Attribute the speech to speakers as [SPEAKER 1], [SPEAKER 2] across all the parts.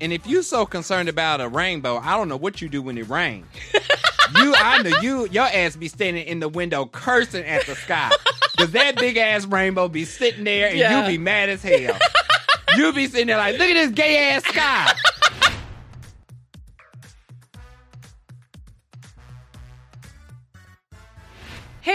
[SPEAKER 1] And if you're so concerned about a rainbow, I don't know what you do when it rains. you, I know you, your ass be standing in the window cursing at the sky. Cause that big ass rainbow be sitting there and
[SPEAKER 2] Yeah.
[SPEAKER 1] you be mad as hell. you be sitting there like, look at this gay ass sky.
[SPEAKER 2] Hey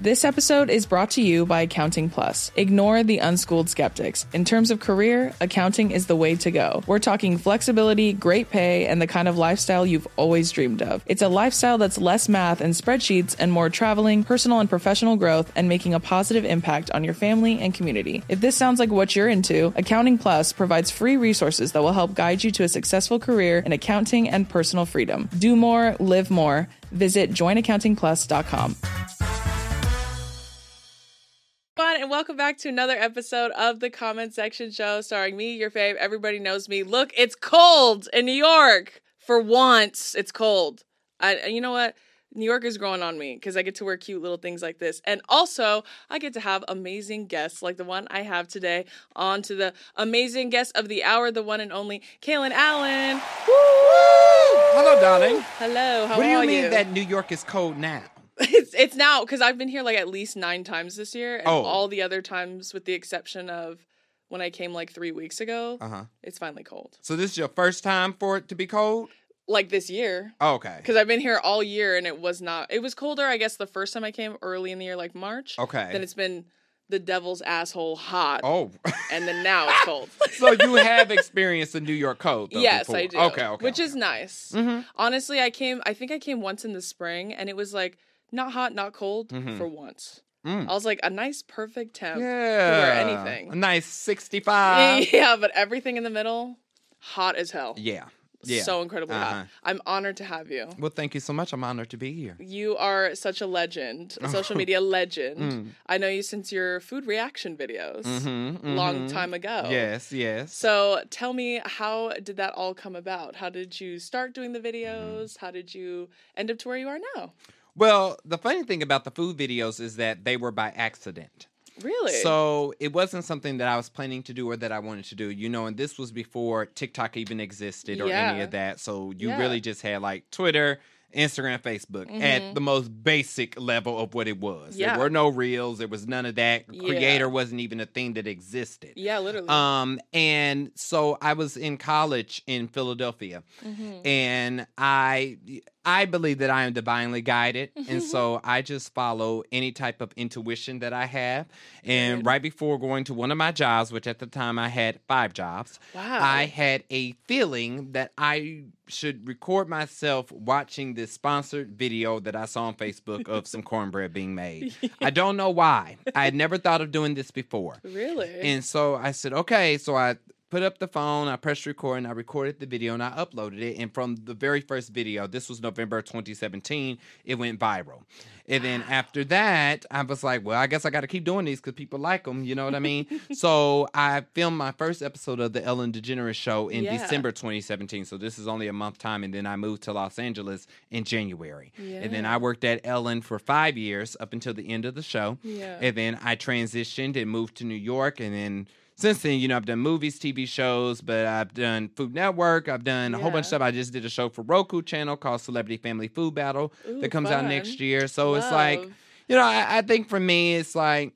[SPEAKER 2] This episode is brought to you by Accounting Plus. Ignore the unschooled skeptics. In terms of career, accounting is the way to go. We're talking flexibility, great pay, and the kind of lifestyle you've always dreamed of. It's a lifestyle that's less math and spreadsheets and more traveling, personal and professional growth, and making a positive impact on your family and community. If this sounds like what you're into, Accounting Plus provides free resources that will help guide you to a successful career in accounting and personal freedom. Do more, live more. Visit joinaccountingplus.com. Fun and welcome back to another episode of the comment section show starring me, your fave. Everybody knows me. Look, it's cold in New York. For once, it's cold. I, and you know what? New York is growing on me because I get to wear cute little things like this. And also, I get to have amazing guests like the one I have today on to the amazing guest of the hour, the one and only Kaylin Allen.
[SPEAKER 1] Hello, darling.
[SPEAKER 2] Hello, how
[SPEAKER 1] what do you
[SPEAKER 2] are
[SPEAKER 1] mean that New York is cold now?
[SPEAKER 2] it's it's now because I've been here like at least nine times this year, and
[SPEAKER 1] Oh.
[SPEAKER 2] all the other times, with the exception of when I came like three weeks ago,
[SPEAKER 1] Uh huh.
[SPEAKER 2] it's finally cold.
[SPEAKER 1] So this is your first time for it to be cold?
[SPEAKER 2] Like this year,
[SPEAKER 1] Oh, okay.
[SPEAKER 2] because I've been here all year, and it was not. It was colder, I guess, the first time I came early in the year, like March.
[SPEAKER 1] Okay.
[SPEAKER 2] Then it's been the devil's asshole hot,
[SPEAKER 1] oh.
[SPEAKER 2] and then now it's cold.
[SPEAKER 1] so you have experienced the New York cold though.
[SPEAKER 2] yes,
[SPEAKER 1] before.
[SPEAKER 2] I do.
[SPEAKER 1] Okay, okay.
[SPEAKER 2] Which is nice.
[SPEAKER 1] Mhm.
[SPEAKER 2] Honestly, I came. I think I came once in the spring, and it was like not hot, not cold
[SPEAKER 1] Mhm.
[SPEAKER 2] for once.
[SPEAKER 1] Mm.
[SPEAKER 2] I was like a nice, perfect temp.
[SPEAKER 1] yeah.
[SPEAKER 2] anything.
[SPEAKER 1] A nice 65.
[SPEAKER 2] yeah, but everything in the middle, hot as hell.
[SPEAKER 1] yeah. Yeah.
[SPEAKER 2] So incredibly
[SPEAKER 1] Uh-huh.
[SPEAKER 2] hot. I'm honored to have you.
[SPEAKER 1] well, thank you so much. I'm honored to be here.
[SPEAKER 2] You are such a legend, a social media legend.
[SPEAKER 1] Mm.
[SPEAKER 2] I know you since your food reaction videos
[SPEAKER 1] Mhm,
[SPEAKER 2] long
[SPEAKER 1] mhm.
[SPEAKER 2] time ago.
[SPEAKER 1] Yes, yes.
[SPEAKER 2] So tell me, how did that all come about? How did you start doing the
[SPEAKER 1] Mm-hmm.
[SPEAKER 2] videos? How did you end up to where you are now?
[SPEAKER 1] Well, the funny thing about the food videos is that they were by accident.
[SPEAKER 2] Really?
[SPEAKER 1] So it wasn't something that I was planning to do or that I wanted to do, you know, and this was before TikTok even existed or any
[SPEAKER 2] Yeah.
[SPEAKER 1] of that. So you
[SPEAKER 2] Yeah. Mm-hmm.
[SPEAKER 1] really just had like Twitter, Instagram, Facebook at the most basic level of what it was.
[SPEAKER 2] Yeah.
[SPEAKER 1] There were no reels, there was none of that.
[SPEAKER 2] Yeah.
[SPEAKER 1] Creator wasn't even a thing that existed.
[SPEAKER 2] yeah, literally.
[SPEAKER 1] Um, and so I was in college in Philadelphia,
[SPEAKER 2] Mhm.
[SPEAKER 1] and I I believe that I am divinely guided, and so I just follow any type of intuition that I have. And
[SPEAKER 2] Good.
[SPEAKER 1] right before going to one of my jobs, which at the time I had five jobs,
[SPEAKER 2] Wow.
[SPEAKER 1] I had a feeling that I should record myself watching this sponsored video that I saw on Facebook of some cornbread being made. I don't know why. I had never thought of doing this before.
[SPEAKER 2] really?
[SPEAKER 1] And so I said, okay. So I put up the phone, I pressed record, and I recorded the video and I uploaded it. And from the very first video, this was November 2017, it went viral. And then after that, I was like, well, I guess I got to keep doing these because people like them. You know what I mean? so I filmed my first episode of The Ellen DeGeneres Show in
[SPEAKER 2] Yeah.
[SPEAKER 1] December 2017. So this is only a month time. And then I moved to Los Angeles in January. And then
[SPEAKER 2] Yeah.
[SPEAKER 1] I worked at Ellen for five years up until the end of the show.
[SPEAKER 2] yeah.
[SPEAKER 1] And then I transitioned and moved to New York. And then since then, you know, I've done movies, TV shows, but I've done Food Network. I've done a whole bunch of
[SPEAKER 2] Yeah.
[SPEAKER 1] stuff. I just did a show for Roku channel called Celebrity Family Food Battle
[SPEAKER 2] Ooh,
[SPEAKER 1] that comes out next
[SPEAKER 2] fun.
[SPEAKER 1] year. So it's like,
[SPEAKER 2] Love.
[SPEAKER 1] you know, I, I think for me, it's like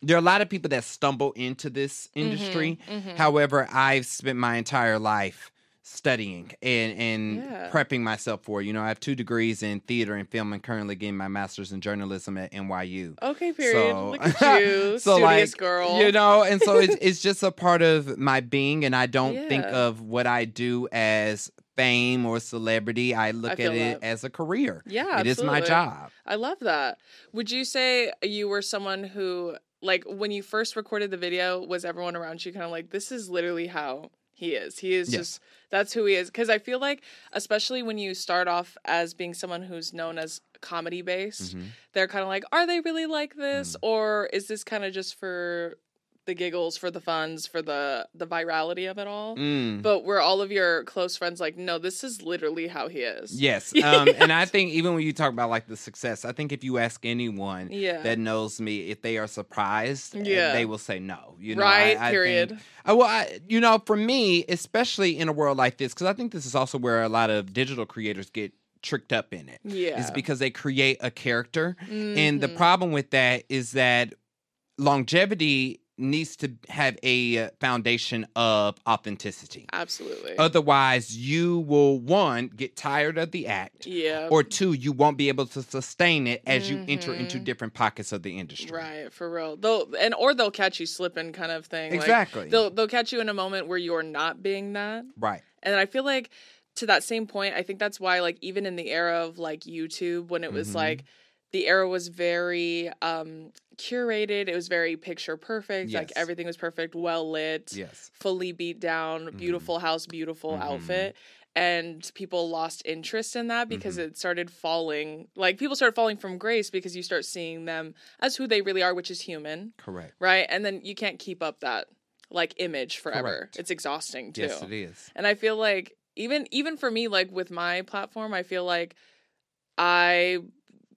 [SPEAKER 1] there are a lot of people that stumble into this industry.
[SPEAKER 2] Mhm, mhm.
[SPEAKER 1] However, I've spent my entire life studying and and
[SPEAKER 2] Yeah.
[SPEAKER 1] prepping myself for. it. You know, I have two degrees in theater and film, and currently getting my master's in journalism at NYU.
[SPEAKER 2] Okay, period.
[SPEAKER 1] So-
[SPEAKER 2] Look at you,
[SPEAKER 1] so,
[SPEAKER 2] studious
[SPEAKER 1] like,
[SPEAKER 2] girl.
[SPEAKER 1] You know, and so it's, it's just a part of my being, and I don't think
[SPEAKER 2] Yeah.
[SPEAKER 1] of what I do as fame or celebrity. I look
[SPEAKER 2] feel
[SPEAKER 1] at it
[SPEAKER 2] that.
[SPEAKER 1] as a career.
[SPEAKER 2] Yeah,
[SPEAKER 1] It is my
[SPEAKER 2] absolutely.
[SPEAKER 1] job.
[SPEAKER 2] I love that. Would you say you were someone who, like, when you first recorded the video, was everyone around you kind of like, this is literally how He is. He is
[SPEAKER 1] Yeah.
[SPEAKER 2] just that's who he is. Because I feel like, especially when you start off as being someone who's known as comedy based,
[SPEAKER 1] Mm-hmm.
[SPEAKER 2] they're kind of like, are they really like this, or is this kind of just for the giggles, for the funds, for the the virality of it all?
[SPEAKER 1] Mm.
[SPEAKER 2] But where all of your close friends like, no, this is literally how he is.
[SPEAKER 1] Yes. Um, and I think even when you talk about like the success, I think if you ask anyone
[SPEAKER 2] Yeah.
[SPEAKER 1] that knows me, if they are surprised, eh,
[SPEAKER 2] Yeah.
[SPEAKER 1] they will say no. You know,
[SPEAKER 2] right.
[SPEAKER 1] I- I think-
[SPEAKER 2] period.
[SPEAKER 1] I, well, I, you know, for me, especially in a world like this, because I think this is also where a lot of digital creators get tricked up in it.
[SPEAKER 2] yeah.
[SPEAKER 1] Is because they create a character, and
[SPEAKER 2] Mm-hmm.
[SPEAKER 1] the problem with that is that longevity needs to have a uh, foundation of authenticity.
[SPEAKER 2] absolutely.
[SPEAKER 1] Otherwise, you will one get tired of the act,
[SPEAKER 2] yeah.
[SPEAKER 1] or two, you won't be able to sustain it as you enter
[SPEAKER 2] Mhm.
[SPEAKER 1] into different pockets of the industry.
[SPEAKER 2] Right, for real. They'll and or they'll catch you slipping, kind of thing. Like,
[SPEAKER 1] Exactly.
[SPEAKER 2] they'll they'll catch you in a moment where you're not being that.
[SPEAKER 1] right.
[SPEAKER 2] And I feel like to that same point, I think that's why like even in the era of like YouTube when it was
[SPEAKER 1] Mhm.
[SPEAKER 2] like the era was very um curated, it was very picture perfect, like
[SPEAKER 1] Yes.
[SPEAKER 2] everything was perfect, well lit,
[SPEAKER 1] Yes.
[SPEAKER 2] fully beat down,
[SPEAKER 1] Mhm.
[SPEAKER 2] beautiful house, beautiful
[SPEAKER 1] Mhm.
[SPEAKER 2] outfit. And people lost interest in that because
[SPEAKER 1] Mm-hmm.
[SPEAKER 2] it started falling. Like people started falling from grace because you start seeing them as who they really are, which is human,
[SPEAKER 1] Correct.
[SPEAKER 2] right? And then you can't keep up that like image forever.
[SPEAKER 1] Correct.
[SPEAKER 2] It's exhausting too.
[SPEAKER 1] Yes, it is.
[SPEAKER 2] And I feel like even even for me, like with my platform, I feel like I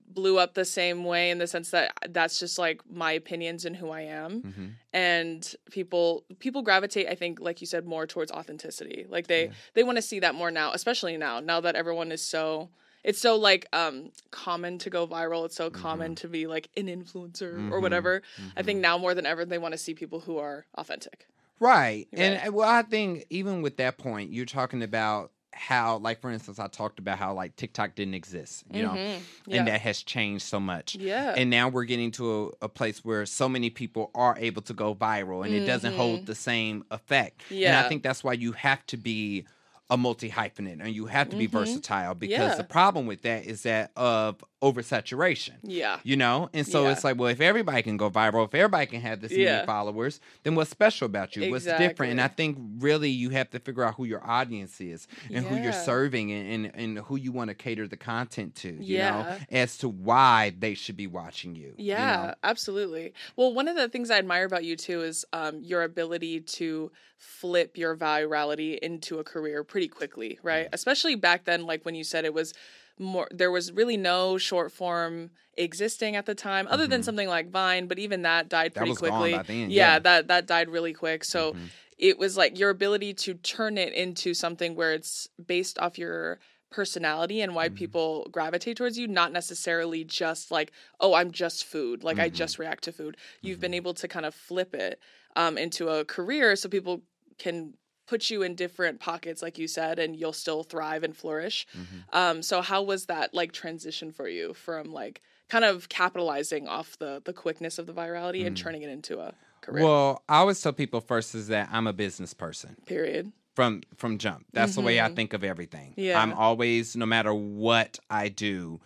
[SPEAKER 2] blew up the same way in the sense that that's just like my opinions and who I am
[SPEAKER 1] hmm
[SPEAKER 2] and people people gravitate i think like you said more towards authenticity like they
[SPEAKER 1] Yeah.
[SPEAKER 2] they want to see that more now especially now now that everyone is so it's so like um common to go viral it's so
[SPEAKER 1] Mm-hmm.
[SPEAKER 2] common to be like an influencer or
[SPEAKER 1] Mhm.
[SPEAKER 2] whatever i think now more than ever they want to see people who are authentic
[SPEAKER 1] Right. And
[SPEAKER 2] Right.
[SPEAKER 1] uh, well, I think even with that point, you're talking about how, like, for instance, I talked about how, like, TikTok didn't exist, you know,
[SPEAKER 2] Mhm. yeah
[SPEAKER 1] and that has changed so much.
[SPEAKER 2] yeah
[SPEAKER 1] And now we're getting to a, a place where so many people are able to go viral and it doesn't hold the same effect. And
[SPEAKER 2] Mm-hmm. Yeah.
[SPEAKER 1] I think that's why you have to be a multi hyphenate and you have to be
[SPEAKER 2] Mhm.
[SPEAKER 1] versatile because
[SPEAKER 2] Yeah.
[SPEAKER 1] the problem with that is that of oversaturation.
[SPEAKER 2] yeah
[SPEAKER 1] You know? And so
[SPEAKER 2] Yeah.
[SPEAKER 1] it's like, well, if everybody can go viral, if everybody can have this
[SPEAKER 2] Yeah.
[SPEAKER 1] many followers, then what's special about you? What's different? And I
[SPEAKER 2] Exactly.
[SPEAKER 1] think really you have to figure out who your audience is and who you're
[SPEAKER 2] Yeah.
[SPEAKER 1] serving and, and, and who you want to cater the content to, you
[SPEAKER 2] Yeah.
[SPEAKER 1] know, as to why they should be watching you. you know?
[SPEAKER 2] Yeah, absolutely. Well, one of the things I admire about you too is um, your ability to flip your virality into a career pretty quickly, right?
[SPEAKER 1] Mm-hmm.
[SPEAKER 2] Especially back then, like when you said it was more, there was really no short form existing at the time, other than
[SPEAKER 1] Mhm.
[SPEAKER 2] something like Vine, but even that died
[SPEAKER 1] That
[SPEAKER 2] pretty
[SPEAKER 1] was gone
[SPEAKER 2] quickly.
[SPEAKER 1] by then,
[SPEAKER 2] yeah.
[SPEAKER 1] yeah.
[SPEAKER 2] that that died really quick. So.
[SPEAKER 1] Mhm.
[SPEAKER 2] It was like your ability to turn it into something where it's based off your personality and why
[SPEAKER 1] Mhm.
[SPEAKER 2] people gravitate towards you, not necessarily just like, oh, I'm just food. Like I
[SPEAKER 1] Mhm.
[SPEAKER 2] just react to food. You've
[SPEAKER 1] Mhm.
[SPEAKER 2] been able to kind of flip it um, into a career so people can put you in different pockets, like you said, and you'll still thrive and flourish.
[SPEAKER 1] Mhm.
[SPEAKER 2] Um, so how was that like transition for you from like kind of capitalizing off the the quickness of the virality and
[SPEAKER 1] Mm.
[SPEAKER 2] turning it into a career?
[SPEAKER 1] Well, I always tell people first is that I'm a business person.
[SPEAKER 2] period.
[SPEAKER 1] from from jump. That's the way I
[SPEAKER 2] Mhm.
[SPEAKER 1] think of everything.
[SPEAKER 2] Yeah.
[SPEAKER 1] I'm always no matter what I do,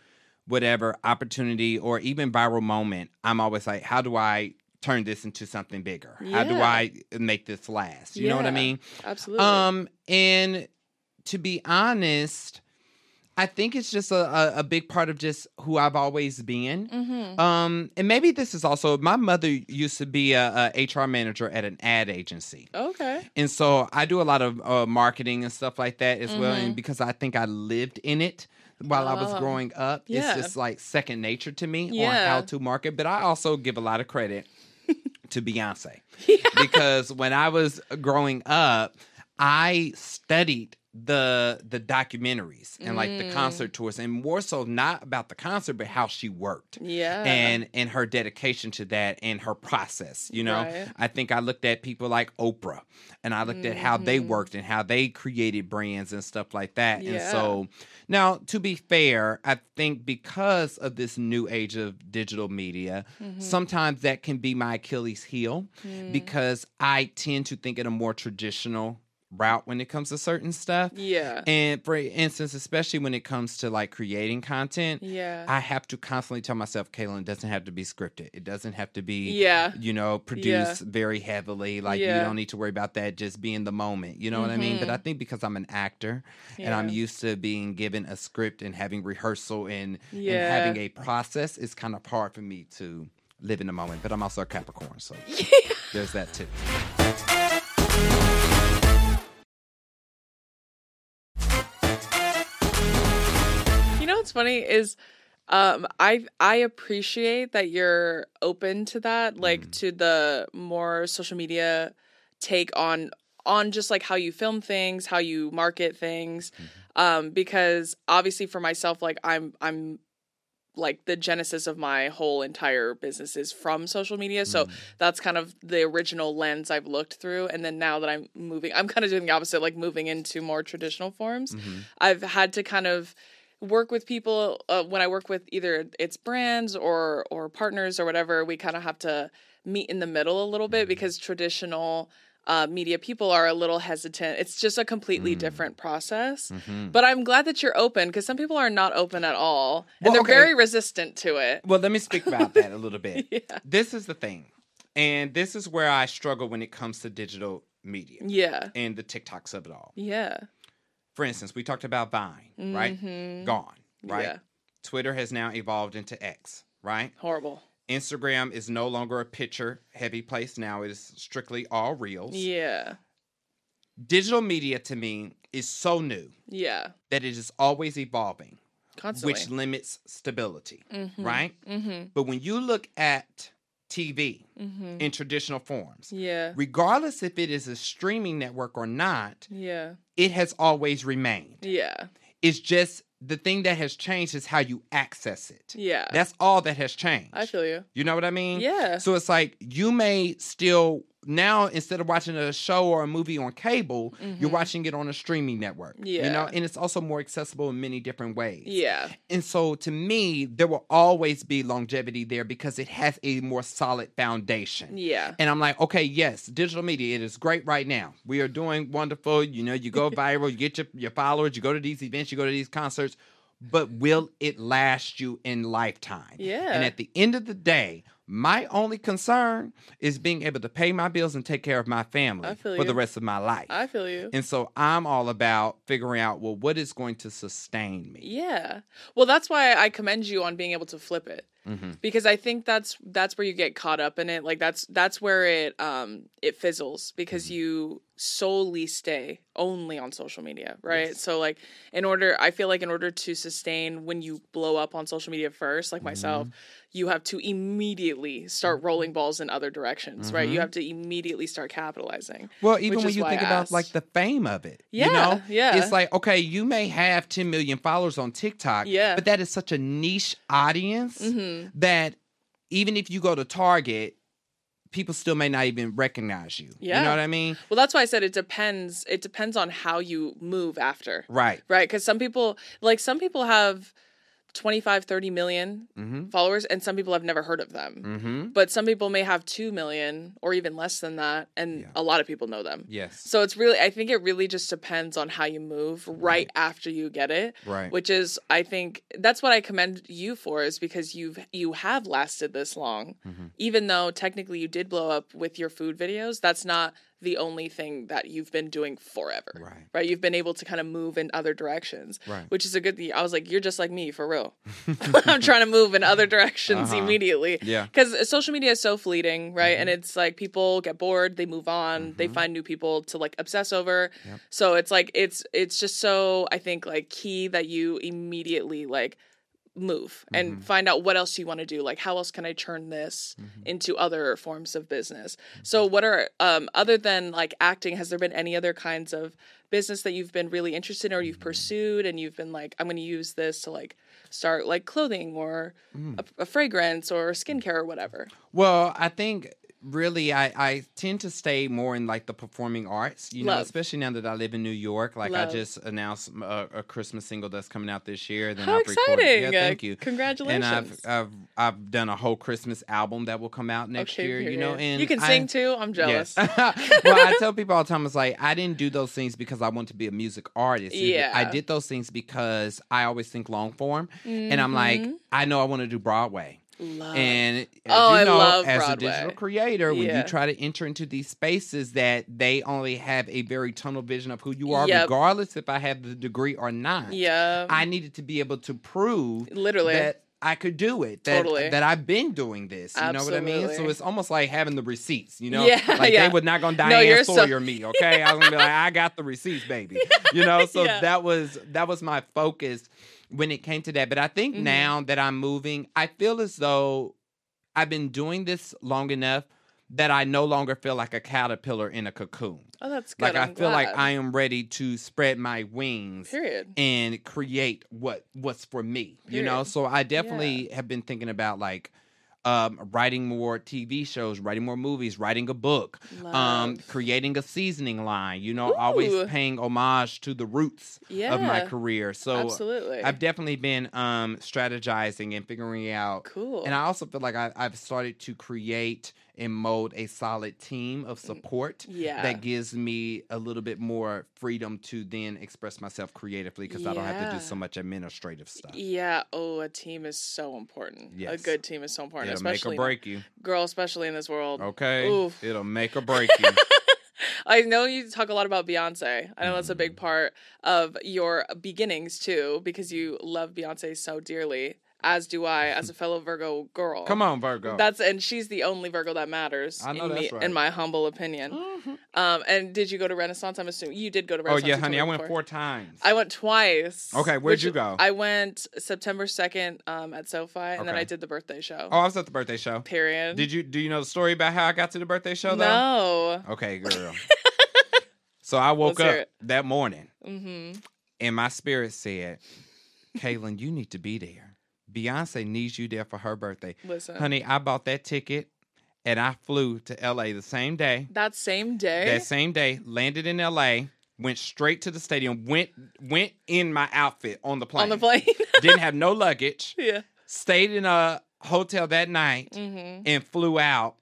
[SPEAKER 1] whatever opportunity or even viral moment, I'm always like how do I turn this into something bigger? How do
[SPEAKER 2] Yeah.
[SPEAKER 1] I make this last? You know what I
[SPEAKER 2] Yeah.
[SPEAKER 1] mean?
[SPEAKER 2] Absolutely.
[SPEAKER 1] Um and to be honest, I think it's just a, a, a big part of just who I've always been.
[SPEAKER 2] mm-hmm.
[SPEAKER 1] Um, and maybe this is also my mother used to be a, a HR manager at an ad agency.
[SPEAKER 2] Okay.
[SPEAKER 1] And so I do a lot of uh, marketing and stuff like that as well.
[SPEAKER 2] Mhm.
[SPEAKER 1] And because I think I lived in it while I was
[SPEAKER 2] Oh.
[SPEAKER 1] growing up,
[SPEAKER 2] Yeah.
[SPEAKER 1] it's just like second nature to me on
[SPEAKER 2] Yeah.
[SPEAKER 1] how to market. But I also give a lot of credit to Beyonce because when I was growing up, I studied the the documentaries and like the
[SPEAKER 2] Mm.
[SPEAKER 1] concert tours and more so not about the concert but how she worked
[SPEAKER 2] Yeah.
[SPEAKER 1] and and her dedication to that and her process you know
[SPEAKER 2] Right.
[SPEAKER 1] i think i looked at people like oprah and i looked at how they
[SPEAKER 2] Mhm.
[SPEAKER 1] worked and how they created brands and stuff like that
[SPEAKER 2] Yeah.
[SPEAKER 1] and so now to be fair i think because of this new age of digital media
[SPEAKER 2] Mhm.
[SPEAKER 1] sometimes that can be my achilles heel
[SPEAKER 2] Mm.
[SPEAKER 1] because i tend to think in a more traditional route when it comes to certain stuff.
[SPEAKER 2] Yeah.
[SPEAKER 1] And for instance, especially when it comes to like creating content,
[SPEAKER 2] Yeah.
[SPEAKER 1] I have to constantly tell myself, Kaylin, it doesn't have to be scripted. It doesn't have to be,
[SPEAKER 2] Yeah.
[SPEAKER 1] you know, produced very heavily. Like,
[SPEAKER 2] Yeah. Mm-hmm.
[SPEAKER 1] you don't need to worry about that. Just be in the moment. You know what I mean? But I think because I'm an actor and I'm
[SPEAKER 2] Yeah.
[SPEAKER 1] used to being given a script and having rehearsal and,
[SPEAKER 2] Yeah.
[SPEAKER 1] and having a process, it's kind of hard for me to live in the moment. But I'm also a Capricorn. So there's that too.
[SPEAKER 2] You know what's funny is um I I appreciate that you're open to that, like to the more social media take on on just like how you film things, how you market things. Um because obviously for myself like I'm I'm like the genesis of my whole entire business is from social media. So that's kind of the original lens I've looked through and then now that I'm moving I'm kind of doing the opposite like moving into more traditional forms.
[SPEAKER 1] Mhm.
[SPEAKER 2] I've had to kind of work with people uh, when I work with either it's brands or or partners or whatever. We kind of have to meet in the middle a little bit
[SPEAKER 1] Mm-hmm.
[SPEAKER 2] because traditional uh, media people are a little hesitant. It's just a completely
[SPEAKER 1] Mm.
[SPEAKER 2] different process.
[SPEAKER 1] Mhm.
[SPEAKER 2] But I'm glad that you're open because some people are not open at all and
[SPEAKER 1] Well,
[SPEAKER 2] they're
[SPEAKER 1] okay.
[SPEAKER 2] very resistant to it.
[SPEAKER 1] Well, let me speak about that a little bit.
[SPEAKER 2] Yeah.
[SPEAKER 1] This is the thing. And this is where I struggle when it comes to digital media
[SPEAKER 2] Yeah.
[SPEAKER 1] and the TikToks of it all.
[SPEAKER 2] Yeah.
[SPEAKER 1] For instance, we talked about Vine, right?
[SPEAKER 2] Mhm.
[SPEAKER 1] Gone, right?
[SPEAKER 2] Yeah.
[SPEAKER 1] Twitter has now evolved into X, right?
[SPEAKER 2] Horrible.
[SPEAKER 1] Instagram is no longer a picture heavy place now, it is strictly all reels.
[SPEAKER 2] Yeah.
[SPEAKER 1] Digital media to me is so new
[SPEAKER 2] Yeah.
[SPEAKER 1] that it is always evolving,
[SPEAKER 2] Constantly.
[SPEAKER 1] which limits stability,
[SPEAKER 2] Mhm.
[SPEAKER 1] right?
[SPEAKER 2] Mhm.
[SPEAKER 1] But when you look at TV
[SPEAKER 2] Mhm.
[SPEAKER 1] in traditional forms,
[SPEAKER 2] Yeah.
[SPEAKER 1] regardless if it is a streaming network or not,
[SPEAKER 2] Yeah.
[SPEAKER 1] it has always remained.
[SPEAKER 2] Yeah.
[SPEAKER 1] It's just the thing that has changed is how you access it.
[SPEAKER 2] Yeah.
[SPEAKER 1] That's all that has changed.
[SPEAKER 2] I feel you.
[SPEAKER 1] You know what I mean?
[SPEAKER 2] Yeah.
[SPEAKER 1] So it's like you may still now instead of watching a show or a movie on cable, you're
[SPEAKER 2] Mhm.
[SPEAKER 1] watching it on a streaming network. You know,
[SPEAKER 2] Yeah.
[SPEAKER 1] and it's also more accessible in many different ways.
[SPEAKER 2] Yeah.
[SPEAKER 1] And so to me, there will always be longevity there because it has a more solid foundation.
[SPEAKER 2] Yeah.
[SPEAKER 1] And I'm like, okay, yes, digital media, it is great right now. We are doing wonderful. You know, you go viral, you get your, your followers, you go to these events, you go to these concerts, but will it last you in lifetime?
[SPEAKER 2] Yeah.
[SPEAKER 1] And at the end of the day, my only concern is being able to pay my bills and take care of my family
[SPEAKER 2] I feel
[SPEAKER 1] for
[SPEAKER 2] you.
[SPEAKER 1] the rest of my life.
[SPEAKER 2] I feel you.
[SPEAKER 1] and so I'm all about figuring out, well, what is going to sustain me?
[SPEAKER 2] Yeah. Well, that's why I commend you on being able to flip it
[SPEAKER 1] Mm-hmm.
[SPEAKER 2] because I think that's that's where you get caught up in it. Like that's that's where it um it fizzles
[SPEAKER 1] Mm-hmm.
[SPEAKER 2] because you solely stay only on social media, right?
[SPEAKER 1] Yes.
[SPEAKER 2] So like in order I feel like in order to sustain when you blow up on social media first, like myself,
[SPEAKER 1] Mm-hmm.
[SPEAKER 2] you have to immediately start rolling balls in other directions, right?
[SPEAKER 1] Mm-hmm.
[SPEAKER 2] You have to immediately start capitalizing.
[SPEAKER 1] Well, even
[SPEAKER 2] Which
[SPEAKER 1] when
[SPEAKER 2] is
[SPEAKER 1] you
[SPEAKER 2] why
[SPEAKER 1] think
[SPEAKER 2] I
[SPEAKER 1] about like
[SPEAKER 2] asked.
[SPEAKER 1] the fame of it,
[SPEAKER 2] Yeah,
[SPEAKER 1] you know,
[SPEAKER 2] yeah.
[SPEAKER 1] it's like okay, you may have 10 million followers on TikTok,
[SPEAKER 2] Yeah.
[SPEAKER 1] but that is such a niche audience
[SPEAKER 2] Mhm.
[SPEAKER 1] that even if you go to Target, people still may not even recognize you. you
[SPEAKER 2] Yeah.
[SPEAKER 1] know what I mean?
[SPEAKER 2] Well, that's why I said it depends it depends on how you move after.
[SPEAKER 1] Right.
[SPEAKER 2] right because some people like some people have 25 30 million
[SPEAKER 1] Mm-hmm.
[SPEAKER 2] followers and some people have never heard of them
[SPEAKER 1] Mm-hmm.
[SPEAKER 2] but some people may have 2 million or even less than that and
[SPEAKER 1] Yeah.
[SPEAKER 2] a lot of people know them
[SPEAKER 1] Yes.
[SPEAKER 2] so it's really i think it really just depends on how you move right, after you get it
[SPEAKER 1] Right.
[SPEAKER 2] which is i think that's what i commend you for is because you've you have lasted this long
[SPEAKER 1] Mhm.
[SPEAKER 2] even though technically you did blow up with your food videos that's not the only thing that you've been doing forever
[SPEAKER 1] Right.
[SPEAKER 2] right you've been able to kind of move in other directions
[SPEAKER 1] Right.
[SPEAKER 2] which is a good thing i was like you're just like me for real i'm trying to move in other directions
[SPEAKER 1] Uh-huh.
[SPEAKER 2] immediately
[SPEAKER 1] Yeah. Mm-hmm.
[SPEAKER 2] because social media is so fleeting right and it's like people get bored they move on they find new people to like obsess over
[SPEAKER 1] Yep.
[SPEAKER 2] so it's like it's it's just so i think like key that you immediately like move
[SPEAKER 1] Mm-hmm.
[SPEAKER 2] and find out what else you want to do like how else can i turn this
[SPEAKER 1] Mm-hmm.
[SPEAKER 2] into other forms of business so what are um other than like acting has there been any other kinds of business that you've been really interested in or
[SPEAKER 1] Mm-hmm.
[SPEAKER 2] you've pursued and you've been like i'm going to use this to like start
[SPEAKER 1] Mm.
[SPEAKER 2] like clothing or a, a fragrance or skincare or whatever
[SPEAKER 1] Well, I think really I, I tend to stay more in like the performing arts you know
[SPEAKER 2] Love.
[SPEAKER 1] especially now that i live in new york like i
[SPEAKER 2] Love.
[SPEAKER 1] just announced m- a, a christmas single that's coming out this year then
[SPEAKER 2] How
[SPEAKER 1] i've recorded
[SPEAKER 2] exciting!
[SPEAKER 1] yeah
[SPEAKER 2] Uh,
[SPEAKER 1] thank you and
[SPEAKER 2] Congratulations.
[SPEAKER 1] I've, I've i've done a whole christmas album that will come out next
[SPEAKER 2] Okay,
[SPEAKER 1] year you know
[SPEAKER 2] period.
[SPEAKER 1] and
[SPEAKER 2] you can
[SPEAKER 1] I-
[SPEAKER 2] sing too. I'm jealous.
[SPEAKER 1] Yes. well, I tell people all the time, it's like I didn't do those things because I want to be a music artist. It-
[SPEAKER 2] Yeah.
[SPEAKER 1] I did those things because I always think long form, and I'm like,
[SPEAKER 2] Mhm.
[SPEAKER 1] I know I want to do Broadway.
[SPEAKER 2] Love.
[SPEAKER 1] And as
[SPEAKER 2] Uh, Oh, I
[SPEAKER 1] you know,
[SPEAKER 2] love
[SPEAKER 1] as
[SPEAKER 2] Broadway.
[SPEAKER 1] a digital creator, when
[SPEAKER 2] Yeah.
[SPEAKER 1] you try to enter into these spaces that they only have a very tunnel vision of who you are,
[SPEAKER 2] Yep.
[SPEAKER 1] regardless if I have the degree or not.
[SPEAKER 2] yeah,
[SPEAKER 1] I needed to be able to prove
[SPEAKER 2] literally.
[SPEAKER 1] that I could do it. That,
[SPEAKER 2] Totally.
[SPEAKER 1] That I've been doing this. You know what I mean? So
[SPEAKER 2] Absolutely.
[SPEAKER 1] it's almost like having the receipts. You know,
[SPEAKER 2] Yeah,
[SPEAKER 1] like
[SPEAKER 2] yeah.
[SPEAKER 1] they would not gonna
[SPEAKER 2] No,
[SPEAKER 1] Diane
[SPEAKER 2] you're so-
[SPEAKER 1] Sawyer me. Okay, I was gonna be like, I got the receipts, baby. You know, so
[SPEAKER 2] Yeah.
[SPEAKER 1] that was that was my focus when it came to that. But I think
[SPEAKER 2] Mhm.
[SPEAKER 1] now that I'm moving, I feel as though I've been doing this long enough that I no longer feel like a caterpillar in a cocoon.
[SPEAKER 2] oh, that's good.
[SPEAKER 1] Like I
[SPEAKER 2] I'm
[SPEAKER 1] feel like
[SPEAKER 2] glad.
[SPEAKER 1] I am ready to spread my wings
[SPEAKER 2] Period.
[SPEAKER 1] and create what what's for me you know
[SPEAKER 2] Period.
[SPEAKER 1] so i definitely have been thinking about like um writing more tv shows writing more movies writing a book um
[SPEAKER 2] Love.
[SPEAKER 1] creating a seasoning line you know always
[SPEAKER 2] Ooh.
[SPEAKER 1] paying homage to the roots
[SPEAKER 2] yeah,
[SPEAKER 1] of my career so
[SPEAKER 2] absolutely.
[SPEAKER 1] i've definitely been um strategizing and figuring out
[SPEAKER 2] cool.
[SPEAKER 1] and i also feel like I, i've started to create and mold a solid team
[SPEAKER 2] Mm.
[SPEAKER 1] of support
[SPEAKER 2] yeah,
[SPEAKER 1] that gives me a little bit more freedom to then express myself creatively because I don't have to do
[SPEAKER 2] Yeah.
[SPEAKER 1] so much administrative stuff.
[SPEAKER 2] yeah. Oh, a team is so important. A
[SPEAKER 1] Yes.
[SPEAKER 2] good team is so important,
[SPEAKER 1] It'll make
[SPEAKER 2] especially
[SPEAKER 1] or break Oh. you.
[SPEAKER 2] girl, especially in this world.
[SPEAKER 1] Okay.
[SPEAKER 2] Oof.
[SPEAKER 1] It'll make or break you.
[SPEAKER 2] I know you talk a lot about Beyonce. I know that's a
[SPEAKER 1] Mm.
[SPEAKER 2] big part of your beginnings too, because you love Beyonce so dearly, as do I, as a fellow Virgo girl.
[SPEAKER 1] Come on, Virgo.
[SPEAKER 2] That's and she's the only Virgo that matters.
[SPEAKER 1] I know
[SPEAKER 2] in,
[SPEAKER 1] that's
[SPEAKER 2] me-
[SPEAKER 1] right. Mm.
[SPEAKER 2] in my humble opinion. Um, and did you go to Renaissance? I'm assuming you did go to
[SPEAKER 1] oh
[SPEAKER 2] Renaissance.
[SPEAKER 1] yeah,
[SPEAKER 2] you
[SPEAKER 1] honey, I
[SPEAKER 2] told me
[SPEAKER 1] went
[SPEAKER 2] before.
[SPEAKER 1] four times.
[SPEAKER 2] I went twice.
[SPEAKER 1] Okay, where'd
[SPEAKER 2] which-
[SPEAKER 1] you go?
[SPEAKER 2] I went September second um, at SoFi, and then
[SPEAKER 1] Okay.
[SPEAKER 2] I did the birthday show.
[SPEAKER 1] oh, I was at the birthday show.
[SPEAKER 2] Period.
[SPEAKER 1] Did you do you know the story about how I got to the birthday show though?
[SPEAKER 2] No.
[SPEAKER 1] Okay, girl. so I woke
[SPEAKER 2] Let's hear
[SPEAKER 1] up
[SPEAKER 2] it.
[SPEAKER 1] that morning
[SPEAKER 2] Mm-hmm.
[SPEAKER 1] and my spirit said, Kaylin, you need to be there. Beyonce needs you there for her birthday.
[SPEAKER 2] Listen,
[SPEAKER 1] Honey, I bought that ticket and I flew to LA the same day.
[SPEAKER 2] that same day.
[SPEAKER 1] That same day, landed in LA, went straight to the stadium, went went in my outfit on the plane.
[SPEAKER 2] on the plane.
[SPEAKER 1] Didn't have no luggage.
[SPEAKER 2] yeah.
[SPEAKER 1] Stayed in a hotel that night
[SPEAKER 2] Mm-hmm.
[SPEAKER 1] and flew out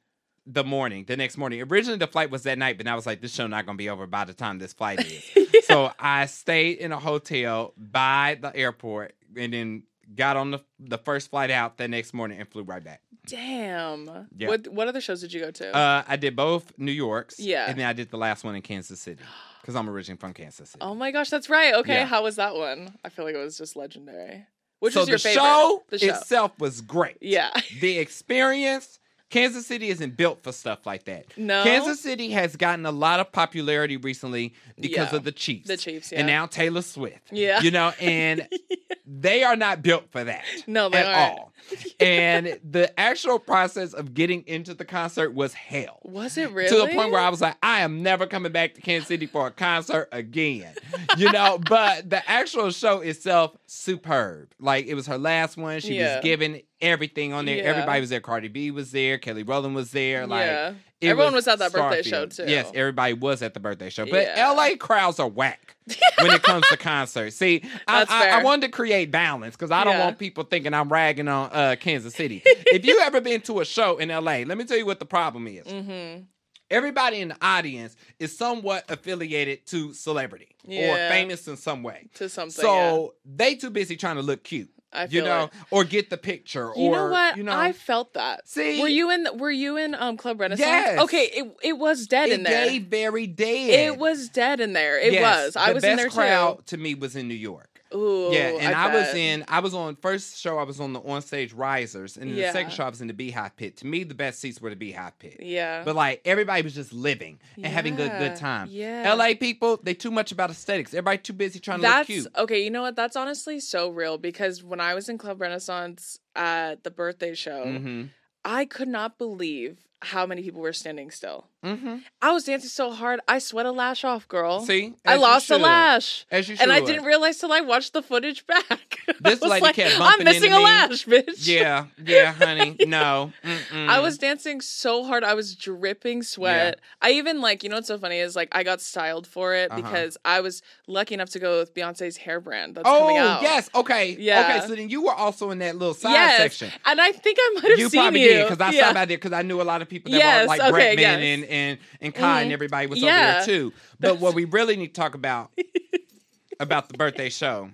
[SPEAKER 1] the morning, the next morning. Originally the flight was that night, but I was like, this show not gonna be over by the time this flight is. So I stayed in a hotel by the airport and then got on the, the first flight out the next morning and flew right back.
[SPEAKER 2] Damn.
[SPEAKER 1] Yeah.
[SPEAKER 2] What What other shows did you go to?
[SPEAKER 1] Uh, I did both New York's.
[SPEAKER 2] Yeah.
[SPEAKER 1] And then I did the last one in Kansas City because I'm originally from Kansas City.
[SPEAKER 2] oh my gosh, that's right. Okay,
[SPEAKER 1] yeah.
[SPEAKER 2] how was that one? I feel like it was just legendary. Which
[SPEAKER 1] so
[SPEAKER 2] was your
[SPEAKER 1] the
[SPEAKER 2] favorite?
[SPEAKER 1] show
[SPEAKER 2] the show.
[SPEAKER 1] itself was great.
[SPEAKER 2] yeah.
[SPEAKER 1] The experience. Kansas City isn't built for stuff like that.
[SPEAKER 2] No.
[SPEAKER 1] Kansas City has gotten a lot of popularity recently because
[SPEAKER 2] Yeah.
[SPEAKER 1] of the Chiefs.
[SPEAKER 2] The Chiefs, yeah.
[SPEAKER 1] And now Taylor Swift.
[SPEAKER 2] Yeah.
[SPEAKER 1] You know, and they are not built for that.
[SPEAKER 2] No, they
[SPEAKER 1] at
[SPEAKER 2] aren't.
[SPEAKER 1] all. And the actual process of getting into the concert was hell.
[SPEAKER 2] Was it really?
[SPEAKER 1] to the point where I was like, I am never coming back to Kansas City for a concert again. You know, but the actual show itself, superb. Like it was her last one. She
[SPEAKER 2] Yeah.
[SPEAKER 1] was giving everything on there.
[SPEAKER 2] Yeah.
[SPEAKER 1] Everybody was there. Cardi B was there. Kelly Rowland was there. Like
[SPEAKER 2] yeah.
[SPEAKER 1] it
[SPEAKER 2] Everyone was at that birthday show,
[SPEAKER 1] Starfield.
[SPEAKER 2] too.
[SPEAKER 1] Yes, everybody was at the birthday show. But
[SPEAKER 2] Yeah.
[SPEAKER 1] LA crowds are whack when it comes to concerts. See, I,
[SPEAKER 2] That's
[SPEAKER 1] I, I
[SPEAKER 2] fair.
[SPEAKER 1] wanted to create balance because I don't
[SPEAKER 2] Yeah.
[SPEAKER 1] want people thinking I'm ragging on uh, Kansas City. if you ever been to a show in LA, let me tell you what the problem is
[SPEAKER 2] Mm-hmm.
[SPEAKER 1] everybody in the audience is somewhat affiliated to celebrity
[SPEAKER 2] Yeah.
[SPEAKER 1] or famous in some way.
[SPEAKER 2] To something. yeah.
[SPEAKER 1] So they too busy trying to look cute,
[SPEAKER 2] I feel
[SPEAKER 1] you know,
[SPEAKER 2] it.
[SPEAKER 1] or get the picture,
[SPEAKER 2] You
[SPEAKER 1] or
[SPEAKER 2] know what?
[SPEAKER 1] you know,
[SPEAKER 2] I felt that.
[SPEAKER 1] See?
[SPEAKER 2] were you in? the- Were you in um Club Renaissance?
[SPEAKER 1] Yes.
[SPEAKER 2] Okay, it it was dead in
[SPEAKER 1] it
[SPEAKER 2] there.
[SPEAKER 1] gave very dead.
[SPEAKER 2] It was dead in there. It
[SPEAKER 1] Yes,
[SPEAKER 2] was. I
[SPEAKER 1] the
[SPEAKER 2] was
[SPEAKER 1] best
[SPEAKER 2] in there
[SPEAKER 1] crowd to me was in New York.
[SPEAKER 2] too. Ooh,
[SPEAKER 1] yeah, and I, was
[SPEAKER 2] bet.
[SPEAKER 1] in. I was on first show. I was on the on stage risers, and then
[SPEAKER 2] Yeah.
[SPEAKER 1] the second show I was in the Beehive Pit. To me, the best seats were the Beehive Pit.
[SPEAKER 2] Yeah,
[SPEAKER 1] But like everybody was just living and having a
[SPEAKER 2] Yeah,
[SPEAKER 1] good time.
[SPEAKER 2] yeah.
[SPEAKER 1] LA people, they too much about aesthetics. Everybody too busy trying to
[SPEAKER 2] That's
[SPEAKER 1] look cute.
[SPEAKER 2] okay. You know what? That's honestly so real because when I was in Club Renaissance at the birthday show,
[SPEAKER 1] Mm-hmm.
[SPEAKER 2] I could not believe how many people were standing still.
[SPEAKER 1] Mm-hmm.
[SPEAKER 2] I was dancing so hard, I sweat a lash off, girl.
[SPEAKER 1] See,
[SPEAKER 2] Oh. I
[SPEAKER 1] As you
[SPEAKER 2] lost a
[SPEAKER 1] should.
[SPEAKER 2] lash.
[SPEAKER 1] as you should.
[SPEAKER 2] And I didn't realize till I watched the footage back. I
[SPEAKER 1] This
[SPEAKER 2] was
[SPEAKER 1] lady
[SPEAKER 2] like,
[SPEAKER 1] kept
[SPEAKER 2] I'm
[SPEAKER 1] bumping
[SPEAKER 2] missing
[SPEAKER 1] into
[SPEAKER 2] a
[SPEAKER 1] me."
[SPEAKER 2] lash, bitch.
[SPEAKER 1] yeah, yeah, honey. No, Mm-mm.
[SPEAKER 2] I was dancing so hard, I was dripping sweat. I even like, you know what's so funny is like I got styled for it
[SPEAKER 1] Uh-huh.
[SPEAKER 2] because I was lucky enough to go with Beyonce's hair brand that's
[SPEAKER 1] Oh
[SPEAKER 2] coming out.
[SPEAKER 1] yes, okay,
[SPEAKER 2] Yeah.
[SPEAKER 1] okay. So then you were also in that little side
[SPEAKER 2] Yes.
[SPEAKER 1] section.
[SPEAKER 2] And I think I might have
[SPEAKER 1] You
[SPEAKER 2] seen
[SPEAKER 1] probably
[SPEAKER 2] you.
[SPEAKER 1] did because I
[SPEAKER 2] yeah.
[SPEAKER 1] saw about it because I knew a lot of people that
[SPEAKER 2] Yes,
[SPEAKER 1] were like
[SPEAKER 2] okay,
[SPEAKER 1] Bretman
[SPEAKER 2] yes.
[SPEAKER 1] and and and Kai
[SPEAKER 2] Mhm.
[SPEAKER 1] and everybody was
[SPEAKER 2] Yeah.
[SPEAKER 1] over there too. But what we really need to talk about about the birthday show.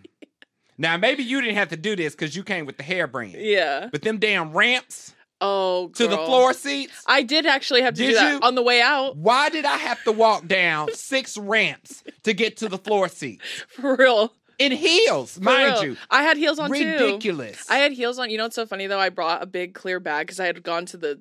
[SPEAKER 1] Now maybe you didn't have to do this because you came with the hair brand,
[SPEAKER 2] Yeah.
[SPEAKER 1] but them damn ramps
[SPEAKER 2] Oh,
[SPEAKER 1] to the
[SPEAKER 2] girl.
[SPEAKER 1] floor seats.
[SPEAKER 2] I did actually have to do
[SPEAKER 1] Did
[SPEAKER 2] that
[SPEAKER 1] you?
[SPEAKER 2] on the way out.
[SPEAKER 1] Why did I have to walk down six ramps to get to the floor seat
[SPEAKER 2] For real.
[SPEAKER 1] in heels,
[SPEAKER 2] For
[SPEAKER 1] mind
[SPEAKER 2] real.
[SPEAKER 1] you?
[SPEAKER 2] I had heels on too.
[SPEAKER 1] Ridiculous.
[SPEAKER 2] I had heels on. You know what's so funny though? I brought a big clear bag because I had gone to the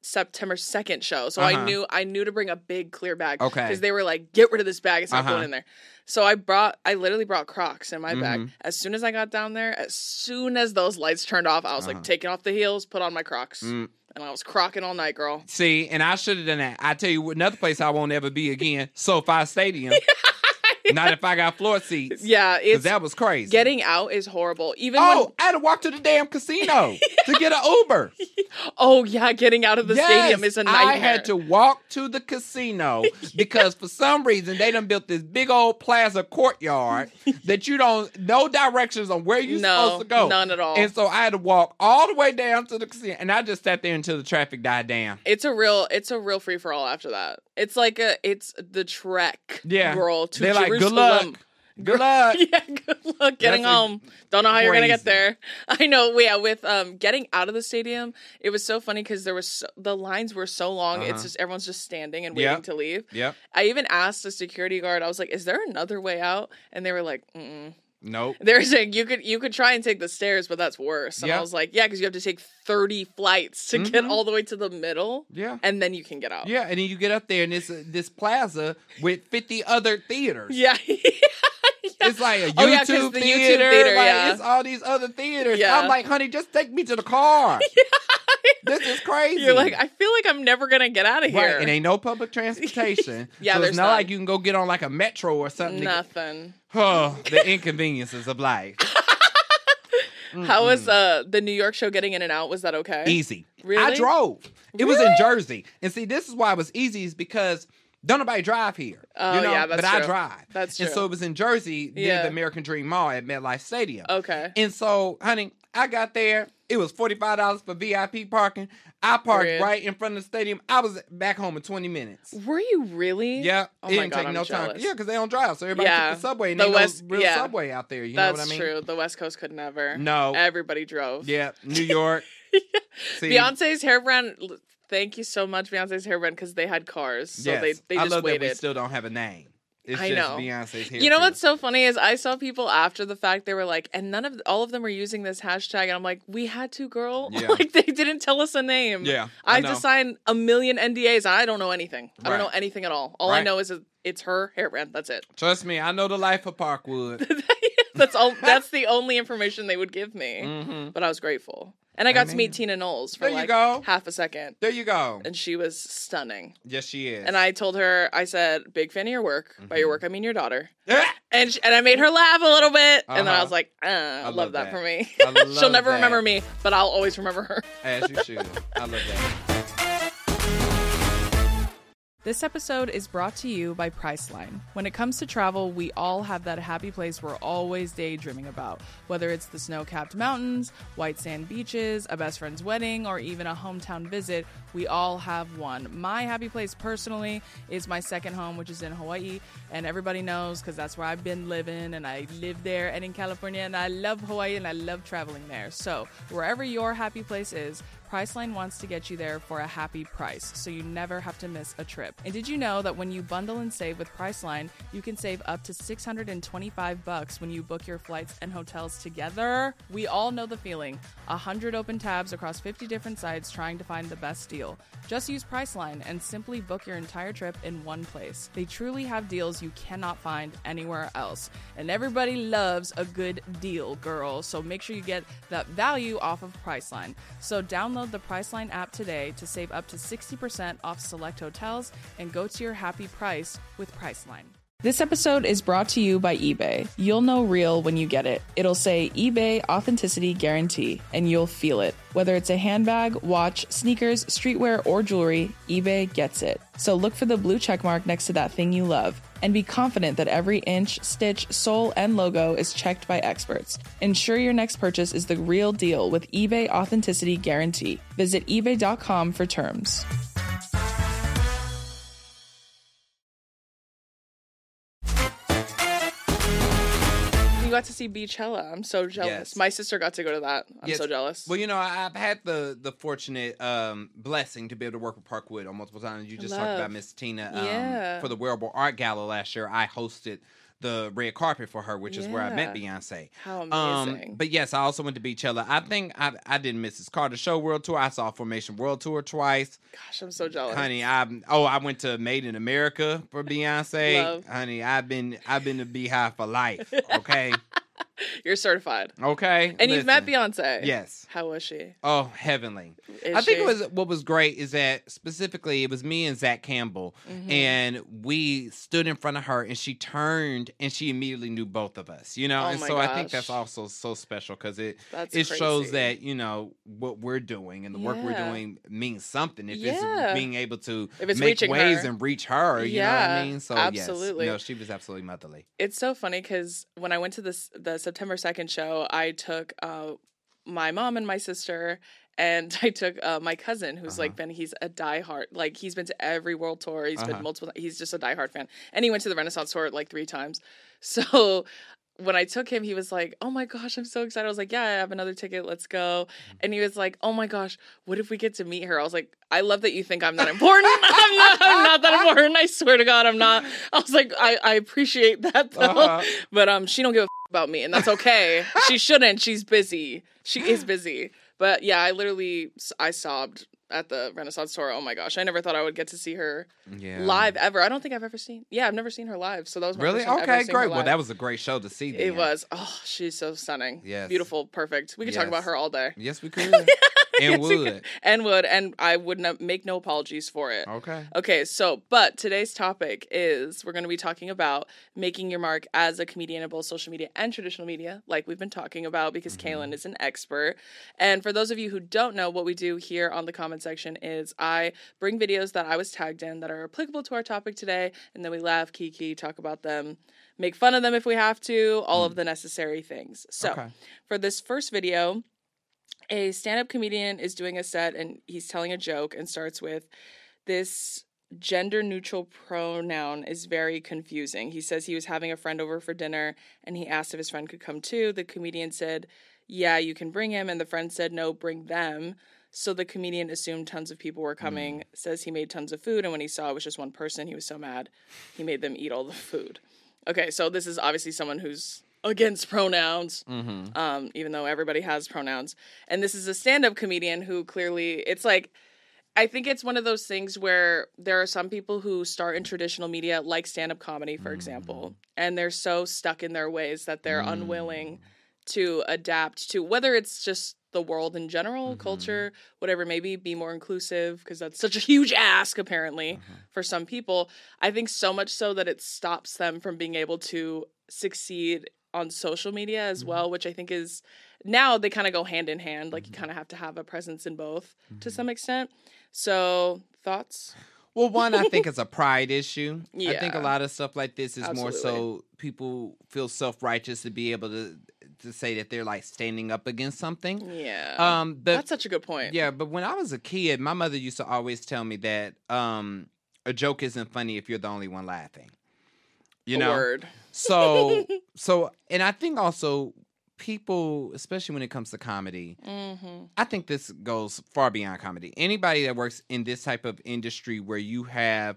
[SPEAKER 2] September second show, so I
[SPEAKER 1] Uh-huh.
[SPEAKER 2] knew I knew to bring a big clear bag.
[SPEAKER 1] Okay.
[SPEAKER 2] because they were like, "Get rid of this bag; it's not
[SPEAKER 1] Uh-huh.
[SPEAKER 2] going in there." So I brought, I literally brought Crocs in my bag.
[SPEAKER 1] Mhm.
[SPEAKER 2] As soon as I got down there, as soon as those lights turned off, I was like
[SPEAKER 1] Uh-huh.
[SPEAKER 2] taking off the heels, put on my Crocs,
[SPEAKER 1] Mm.
[SPEAKER 2] and I was crocking all night, girl.
[SPEAKER 1] See, and I should have done that. I tell you, what, another place I won't ever be again: SoFi Stadium. Not if I got floor seats.
[SPEAKER 2] Yeah,
[SPEAKER 1] 'Cause
[SPEAKER 2] it's
[SPEAKER 1] that was crazy.
[SPEAKER 2] getting out is horrible. Even
[SPEAKER 1] oh,
[SPEAKER 2] when,
[SPEAKER 1] I had to walk to the damn casino to get an Uber.
[SPEAKER 2] oh yeah, getting out of the stadium
[SPEAKER 1] Yes,
[SPEAKER 2] is a nightmare.
[SPEAKER 1] I had to walk to the casino because for some reason they done built this big old plaza courtyard that you don't no directions on where you
[SPEAKER 2] no,
[SPEAKER 1] supposed to go.
[SPEAKER 2] none at all.
[SPEAKER 1] And so I had to walk all the way down to the casino, and I just sat there until the traffic died down.
[SPEAKER 2] It's a real it's a real free for all after that. It's like a it's the trek
[SPEAKER 1] Yeah.
[SPEAKER 2] girl to
[SPEAKER 1] They're like,
[SPEAKER 2] Jerusalem.
[SPEAKER 1] good luck. Good luck.
[SPEAKER 2] Yeah, good luck getting
[SPEAKER 1] That's a-
[SPEAKER 2] home. Don't know how you're gonna get
[SPEAKER 1] crazy.
[SPEAKER 2] there. I know. Yeah, with um getting out of the stadium, it was so funny because there was so, the lines were so long. It's
[SPEAKER 1] Uh-huh.
[SPEAKER 2] just everyone's just standing and waiting
[SPEAKER 1] Yep.
[SPEAKER 2] to leave.
[SPEAKER 1] Yep.
[SPEAKER 2] I even asked the security guard. I was like, "Is there another way out?" And they were like, Mm-mm.
[SPEAKER 1] Nope.
[SPEAKER 2] "They were saying you could you could try and take the stairs, but that's worse." And I
[SPEAKER 1] Yeah.
[SPEAKER 2] was like, "Yeah, because you have to take thirty flights to get
[SPEAKER 1] Mhm.
[SPEAKER 2] all the way to the middle,
[SPEAKER 1] Yeah.
[SPEAKER 2] and then you can get out."
[SPEAKER 1] Yeah, and then you get up there and it's uh, this plaza with 50 other theaters.
[SPEAKER 2] Yeah.
[SPEAKER 1] It's like a YouTube,
[SPEAKER 2] Oh, yeah, 'cause the YouTube
[SPEAKER 1] theater,
[SPEAKER 2] theater,
[SPEAKER 1] like
[SPEAKER 2] yeah.
[SPEAKER 1] it's all these other theaters.
[SPEAKER 2] Yeah.
[SPEAKER 1] I'm like, honey, just take me to the car. This is crazy.
[SPEAKER 2] You're like, I feel like I'm never going to get out of here.
[SPEAKER 1] Right, and ain't no public transportation.
[SPEAKER 2] Yeah,
[SPEAKER 1] so
[SPEAKER 2] there's
[SPEAKER 1] it's not
[SPEAKER 2] none.
[SPEAKER 1] like you can go get on like a metro or something. to get-
[SPEAKER 2] Nothing.
[SPEAKER 1] oh, the inconveniences of life.
[SPEAKER 2] How was uh, the New York show getting in and out? Was that okay?
[SPEAKER 1] Easy.
[SPEAKER 2] Really?
[SPEAKER 1] I drove. It was in
[SPEAKER 2] Really?
[SPEAKER 1] Jersey, and see, this is why it was easy is because don't nobody drive here.
[SPEAKER 2] Oh,
[SPEAKER 1] you know?
[SPEAKER 2] yeah, that's
[SPEAKER 1] but
[SPEAKER 2] true.
[SPEAKER 1] I drive.
[SPEAKER 2] That's
[SPEAKER 1] And
[SPEAKER 2] true.
[SPEAKER 1] so it was in Jersey near
[SPEAKER 2] Yeah.
[SPEAKER 1] the American Dream Mall at MetLife Stadium.
[SPEAKER 2] Okay.
[SPEAKER 1] And so, honey, I got there. It was forty five dollars for VIP parking. I parked
[SPEAKER 2] Period.
[SPEAKER 1] right in front of the stadium. I was back home in twenty minutes.
[SPEAKER 2] Were you really?
[SPEAKER 1] Yeah,
[SPEAKER 2] Oh
[SPEAKER 1] it
[SPEAKER 2] my
[SPEAKER 1] didn't
[SPEAKER 2] God,
[SPEAKER 1] take
[SPEAKER 2] I'm
[SPEAKER 1] no time.
[SPEAKER 2] jealous.
[SPEAKER 1] Yeah, because they don't drive, so everybody
[SPEAKER 2] Yeah.
[SPEAKER 1] took the subway. And
[SPEAKER 2] The
[SPEAKER 1] the
[SPEAKER 2] West-
[SPEAKER 1] no real
[SPEAKER 2] yeah.
[SPEAKER 1] subway out there. You
[SPEAKER 2] That's
[SPEAKER 1] know what I mean?
[SPEAKER 2] true. The West Coast could never.
[SPEAKER 1] No.
[SPEAKER 2] Everybody drove.
[SPEAKER 1] Yeah, New York. See,
[SPEAKER 2] Beyonce's hair brand. l- Thank you so much, Beyonce's hair brand, because they had cars. So
[SPEAKER 1] yes.
[SPEAKER 2] they, they
[SPEAKER 1] I
[SPEAKER 2] just
[SPEAKER 1] love that we
[SPEAKER 2] waited.
[SPEAKER 1] still don't have a name. It's
[SPEAKER 2] I
[SPEAKER 1] just
[SPEAKER 2] know.
[SPEAKER 1] Beyonce's hair.
[SPEAKER 2] You know
[SPEAKER 1] too.
[SPEAKER 2] what's so funny is I saw people after the fact they were like, and none of all of them are using this hashtag, and I'm like, we had to, girl.
[SPEAKER 1] Yeah.
[SPEAKER 2] like they didn't tell us a name.
[SPEAKER 1] Yeah,
[SPEAKER 2] I,
[SPEAKER 1] I know.
[SPEAKER 2] just signed a million NDAs. And I don't know anything. I don't
[SPEAKER 1] Right.
[SPEAKER 2] know anything at all. All I
[SPEAKER 1] Right.
[SPEAKER 2] know is it- it's her hair brand. That's it.
[SPEAKER 1] Trust me, I know the life of Parkwood.
[SPEAKER 2] that's all. That's the only information they would give me.
[SPEAKER 1] Mhm.
[SPEAKER 2] But I was grateful, and I got to meet
[SPEAKER 1] mean,
[SPEAKER 2] Tina Knowles for
[SPEAKER 1] there you
[SPEAKER 2] like
[SPEAKER 1] go.
[SPEAKER 2] half a second,
[SPEAKER 1] There you go.
[SPEAKER 2] and she was stunning.
[SPEAKER 1] Yes, Mm-hmm. she is.
[SPEAKER 2] And I told her, I said, big fan of your work. By your work, I mean your daughter.
[SPEAKER 1] I.
[SPEAKER 2] and sh and I made her laugh a little bit, and then I
[SPEAKER 1] Uh-huh.
[SPEAKER 2] was like, uh, I love,
[SPEAKER 1] love
[SPEAKER 2] that.
[SPEAKER 1] that.
[SPEAKER 2] for me.
[SPEAKER 1] I love
[SPEAKER 2] She'll never
[SPEAKER 1] that.
[SPEAKER 2] remember me, but I'll always remember her.
[SPEAKER 1] As you should. I love that.
[SPEAKER 2] This episode is brought to you by Priceline. When it comes to travel, we all have that happy place we're always daydreaming about. Whether it's the snow capped mountains, white sand beaches, a best friend's wedding, or even a hometown visit, we all have one. My happy place personally is my second home, which is in Hawaii. And everybody knows because that's where I've been living and I live there and in California. And I love Hawaii and I love traveling there. So wherever your happy place is, Priceline wants to get you there for a happy price, so you never have to miss a trip. And did you know that when you bundle and save with Priceline, you can save up to 625 bucks when you book your flights and hotels together? We all know the feeling. 100 open tabs across 50 different sites trying to find the best deal. Just use Priceline and simply book your entire trip in one place. They truly have deals you cannot find anywhere else. And everybody loves a good deal, girl. So make sure you get that value off of Priceline. So download download the Priceline app today to save up to 60% off select hotels and go to your happy price with Priceline. This episode is brought to you by eBay. You'll know real when you get it. It'll say eBay Authenticity Guarantee, and you'll feel it. Whether it's a handbag, watch, sneakers, streetwear, or jewelry, eBay gets it. So look for the blue check mark next to that thing you love and be confident that every inch, stitch, sole, and logo is checked by experts. Ensure your next purchase is the real deal with eBay Authenticity Guarantee. Visit eBay.com for terms. You got to see Beachella. I'm so jealous.
[SPEAKER 1] Yes.
[SPEAKER 2] My sister got to go to that. I'm
[SPEAKER 1] Yes.
[SPEAKER 2] so jealous.
[SPEAKER 1] Well, you know, I, I've had the the fortunate um, blessing to be able to work with Parkwood on multiple times. You just talked
[SPEAKER 2] Love.
[SPEAKER 1] about Miss Tina um,
[SPEAKER 2] Yeah.
[SPEAKER 1] for the Wearable Art Gala last year. I hosted the red carpet for her, which is where I met
[SPEAKER 2] Yeah.
[SPEAKER 1] Beyonce. Um,
[SPEAKER 2] How amazing.
[SPEAKER 1] but yes, I also went to Beachella. I think I, I did Mrs. Carter Show World Tour. I saw Formation World Tour twice.
[SPEAKER 2] Gosh, I'm so jealous.
[SPEAKER 1] Honey, I'm oh, I went to Made in America for Beyonce.
[SPEAKER 2] Love.
[SPEAKER 1] Honey, I've been I've been to Beehive for life. Okay.
[SPEAKER 2] You're certified.
[SPEAKER 1] okay.
[SPEAKER 2] And you've met
[SPEAKER 1] Listen.
[SPEAKER 2] Beyonce.
[SPEAKER 1] Yes.
[SPEAKER 2] How was she?
[SPEAKER 1] Oh, heavenly.
[SPEAKER 2] Is
[SPEAKER 1] I think
[SPEAKER 2] she?
[SPEAKER 1] it was what was great is that specifically it was me and Zach Campbell,
[SPEAKER 2] Mm-hmm.
[SPEAKER 1] and we stood in front of her, and she turned, and she immediately knew both of us, you know.
[SPEAKER 2] Oh
[SPEAKER 1] and
[SPEAKER 2] my
[SPEAKER 1] so I think that's
[SPEAKER 2] gosh.
[SPEAKER 1] also so special because it
[SPEAKER 2] That's
[SPEAKER 1] it
[SPEAKER 2] crazy.
[SPEAKER 1] shows that you know what we're doing and the work we're
[SPEAKER 2] Yeah.
[SPEAKER 1] doing means something. If
[SPEAKER 2] Yeah.
[SPEAKER 1] it's being able to
[SPEAKER 2] If it's
[SPEAKER 1] make
[SPEAKER 2] reaching
[SPEAKER 1] ways
[SPEAKER 2] her.
[SPEAKER 1] and reach her, you know what
[SPEAKER 2] Yeah,
[SPEAKER 1] I mean. So
[SPEAKER 2] absolutely.
[SPEAKER 1] yes, no, she was absolutely motherly.
[SPEAKER 2] It's so funny because when I went to this the September second show, I took uh, my mom and my sister, and I took uh, my cousin, who's like been he's a diehard like he's been to every world tour, He's been
[SPEAKER 1] Uh-huh.
[SPEAKER 2] multiple. He's just a diehard fan, and he went to the Renaissance tour like three times. So when I took him, he was like, "Oh my gosh, I'm so excited!" I was like, "Yeah, I have another ticket. Let's go." And he was like, "Oh my gosh, what if we get to meet her?" I was like, "I love that you think I'm not important. I'm, not, I'm not that important. I swear to God, I'm not." I was like, "I, I appreciate that though,
[SPEAKER 1] Uh-huh.
[SPEAKER 2] but um, she don't give a f- about me, and that's okay. she shouldn't. She's busy. She is busy. But yeah, I literally I sobbed at the Renaissance tour. Oh my gosh, I never thought I would get to see her
[SPEAKER 1] Yeah,
[SPEAKER 2] live ever. I don't think I've ever seen. Yeah, I've never seen her live. So that was my
[SPEAKER 1] Really?
[SPEAKER 2] First time ever
[SPEAKER 1] Okay,
[SPEAKER 2] seeing her
[SPEAKER 1] great. Well,
[SPEAKER 2] live.
[SPEAKER 1] that was a great show to see.
[SPEAKER 2] It
[SPEAKER 1] then.
[SPEAKER 2] was. Oh, she's so stunning.
[SPEAKER 1] Yes.
[SPEAKER 2] Beautiful, perfect. We could talk about
[SPEAKER 1] Yes.
[SPEAKER 2] her all day.
[SPEAKER 1] Yes, we could. and
[SPEAKER 2] Yes, we could.
[SPEAKER 1] would.
[SPEAKER 2] And would, and I would not make no apologies for it.
[SPEAKER 1] Okay.
[SPEAKER 2] Okay, so but today's topic is we're going to be talking about making your mark as a comedian in both social media and traditional media, like we've been talking about, because Kaylin is an expert. And for those of you who don't know, what we do here on the comment section is I bring videos that I was tagged in that are applicable to our topic today, and then we laugh, kiki, talk about them, make fun of them if we have to, all of the necessary things. So
[SPEAKER 1] Okay.
[SPEAKER 2] for this first video, a stand up comedian is doing a set and he's telling a joke and starts with this gender neutral pronoun is very confusing. He says he was having a friend over for dinner and he asked if his friend could come too. The comedian said, Yeah, you can bring him. And the friend said, No, bring them. So the comedian assumed tons of people were coming, says he made tons of food. And when he saw it was just one person, he was so mad he made them eat all the food. Okay, so this is obviously someone who's against pronouns
[SPEAKER 1] Mm-hmm.
[SPEAKER 2] um, even though everybody has pronouns. And this is a stand up comedian who clearly, it's like, I think it's one of those things where there are some people who start in traditional media, like stand up comedy, for example, and they're so stuck in their ways that they're
[SPEAKER 1] Mm.
[SPEAKER 2] unwilling to adapt to whether it's just the world in general,
[SPEAKER 1] Mhm.
[SPEAKER 2] culture, whatever, maybe be more inclusive, because that's such a huge ask, apparently
[SPEAKER 1] Mm-hmm.
[SPEAKER 2] for some people. I think so much so that it stops them from being able to succeed on social media as
[SPEAKER 1] Mm-hmm.
[SPEAKER 2] well, which I think is now they kind of go hand in hand. Like
[SPEAKER 1] Mm-hmm.
[SPEAKER 2] you kind of have to have a presence in both to some extent. So, thoughts?
[SPEAKER 1] Well, one, I think it's a pride issue. I think a
[SPEAKER 2] Yeah.
[SPEAKER 1] lot of stuff like this is more
[SPEAKER 2] Absolutely.
[SPEAKER 1] so people feel self righteous to be able to to say that they're like standing up against something.
[SPEAKER 2] Yeah.
[SPEAKER 1] Um, the,
[SPEAKER 2] That's such a good point.
[SPEAKER 1] yeah, but when I was a kid, my mother used to always tell me that um, a joke isn't funny if you're the only one laughing. You know,
[SPEAKER 2] Word.
[SPEAKER 1] so so, and I think also people, especially when it comes to comedy,
[SPEAKER 2] Mm-hmm.
[SPEAKER 1] I think this goes far beyond comedy. Anybody that works in this type of industry where you have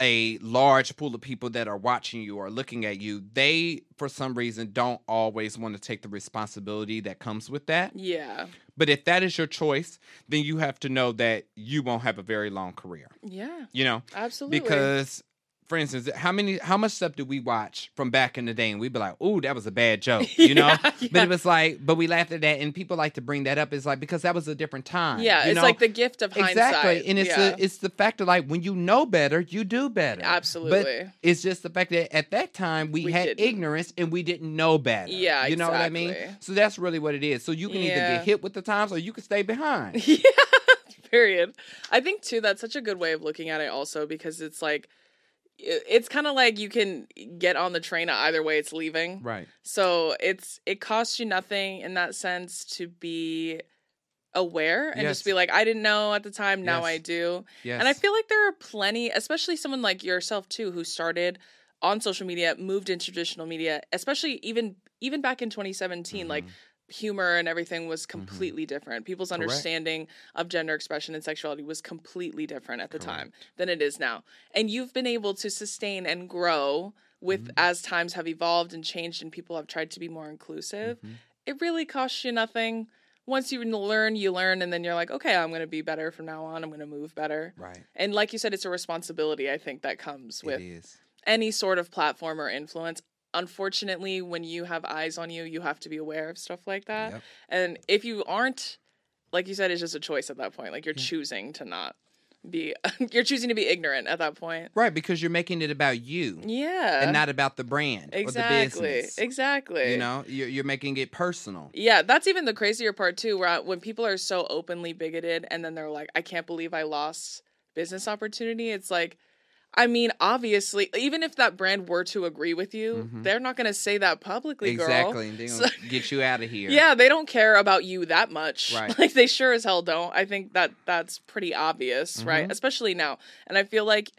[SPEAKER 1] a large pool of people that are watching you or looking at you, they, for some reason, don't always want to take the responsibility that comes with that.
[SPEAKER 2] Yeah.
[SPEAKER 1] But if that is your choice, then you have to know that you won't have a very long career,
[SPEAKER 2] Yeah.
[SPEAKER 1] you know?
[SPEAKER 2] Absolutely.
[SPEAKER 1] Because for instance, how many, how much stuff did we watch from back in the day, and we'd be like, "Ooh, that was a bad joke," you know?
[SPEAKER 2] Yeah, yeah.
[SPEAKER 1] But it was like, but we laughed at that, and people like to bring that up. It's like because that was a different time.
[SPEAKER 2] Yeah,
[SPEAKER 1] you
[SPEAKER 2] it's
[SPEAKER 1] know?
[SPEAKER 2] like the gift of hindsight.
[SPEAKER 1] Exactly, and it's
[SPEAKER 2] yeah.
[SPEAKER 1] the it's the fact of like when you know better, you do better.
[SPEAKER 2] Absolutely.
[SPEAKER 1] but it's just the fact that at that time we,
[SPEAKER 2] We
[SPEAKER 1] had
[SPEAKER 2] didn't.
[SPEAKER 1] ignorance and we didn't know better.
[SPEAKER 2] Yeah,
[SPEAKER 1] you know what I mean.
[SPEAKER 2] exactly.
[SPEAKER 1] So that's really what it is. So you can either
[SPEAKER 2] Yeah.
[SPEAKER 1] get hit with the times or you can stay behind.
[SPEAKER 2] yeah period i think too that's such a good way of looking at it also because it's like it- it's kind of like you can get on the train either way it's leaving
[SPEAKER 1] right.
[SPEAKER 2] so it's it costs you nothing in that sense to be aware and
[SPEAKER 1] Yes.
[SPEAKER 2] just be like i didn't know at the time now
[SPEAKER 1] Yes.
[SPEAKER 2] i do
[SPEAKER 1] Yes.
[SPEAKER 2] and i feel like there are plenty especially someone like yourself too who started on social media moved into traditional media especially even even back in 2017 like
[SPEAKER 1] Mhm.
[SPEAKER 2] humor and everything was completely different. People's
[SPEAKER 1] Mm-hmm. Correct.
[SPEAKER 2] understanding of gender expression and sexuality was completely different at the time than it is now. And you've been able to sustain and grow with
[SPEAKER 1] Mhm.
[SPEAKER 2] as times have evolved and changed and people have tried to be more inclusive.
[SPEAKER 1] Mhm.
[SPEAKER 2] It really costs you nothing. Once you learn, you learn and then you're like, "Okay, I'm going to be better from now on. I'm going to move better."
[SPEAKER 1] Right.
[SPEAKER 2] And like you said, it's a responsibility I think that comes with
[SPEAKER 1] it is.
[SPEAKER 2] any sort of platform or influence. Unfortunately, when you have eyes on you, you have to be aware of stuff like that.
[SPEAKER 1] Yep.
[SPEAKER 2] And if you aren't, like you said, it's just a choice at that point. Like you're
[SPEAKER 1] Yeah.
[SPEAKER 2] choosing to not be, you're choosing to be ignorant at that point.
[SPEAKER 1] Right, because you're making it about you
[SPEAKER 2] Yeah.
[SPEAKER 1] and not about the brand or the
[SPEAKER 2] exactly.
[SPEAKER 1] business.
[SPEAKER 2] Exactly.
[SPEAKER 1] You know, you're, you're making it personal.
[SPEAKER 2] Yeah, that's even the crazier part too, where I, when people are so openly bigoted and then they're like, "I can't believe I lost business opportunity." It's like, I mean, obviously, even if that brand were to agree with you,
[SPEAKER 1] Mhm.
[SPEAKER 2] they're not going to say that publicly, girl.
[SPEAKER 1] Exactly. And they're
[SPEAKER 2] So-
[SPEAKER 1] going to get you out of here.
[SPEAKER 2] Yeah, they don't care about you that much.
[SPEAKER 1] Right.
[SPEAKER 2] Like they sure as hell don't. I think that that's pretty obvious, right?
[SPEAKER 1] Mhm.
[SPEAKER 2] Especially now. And I feel like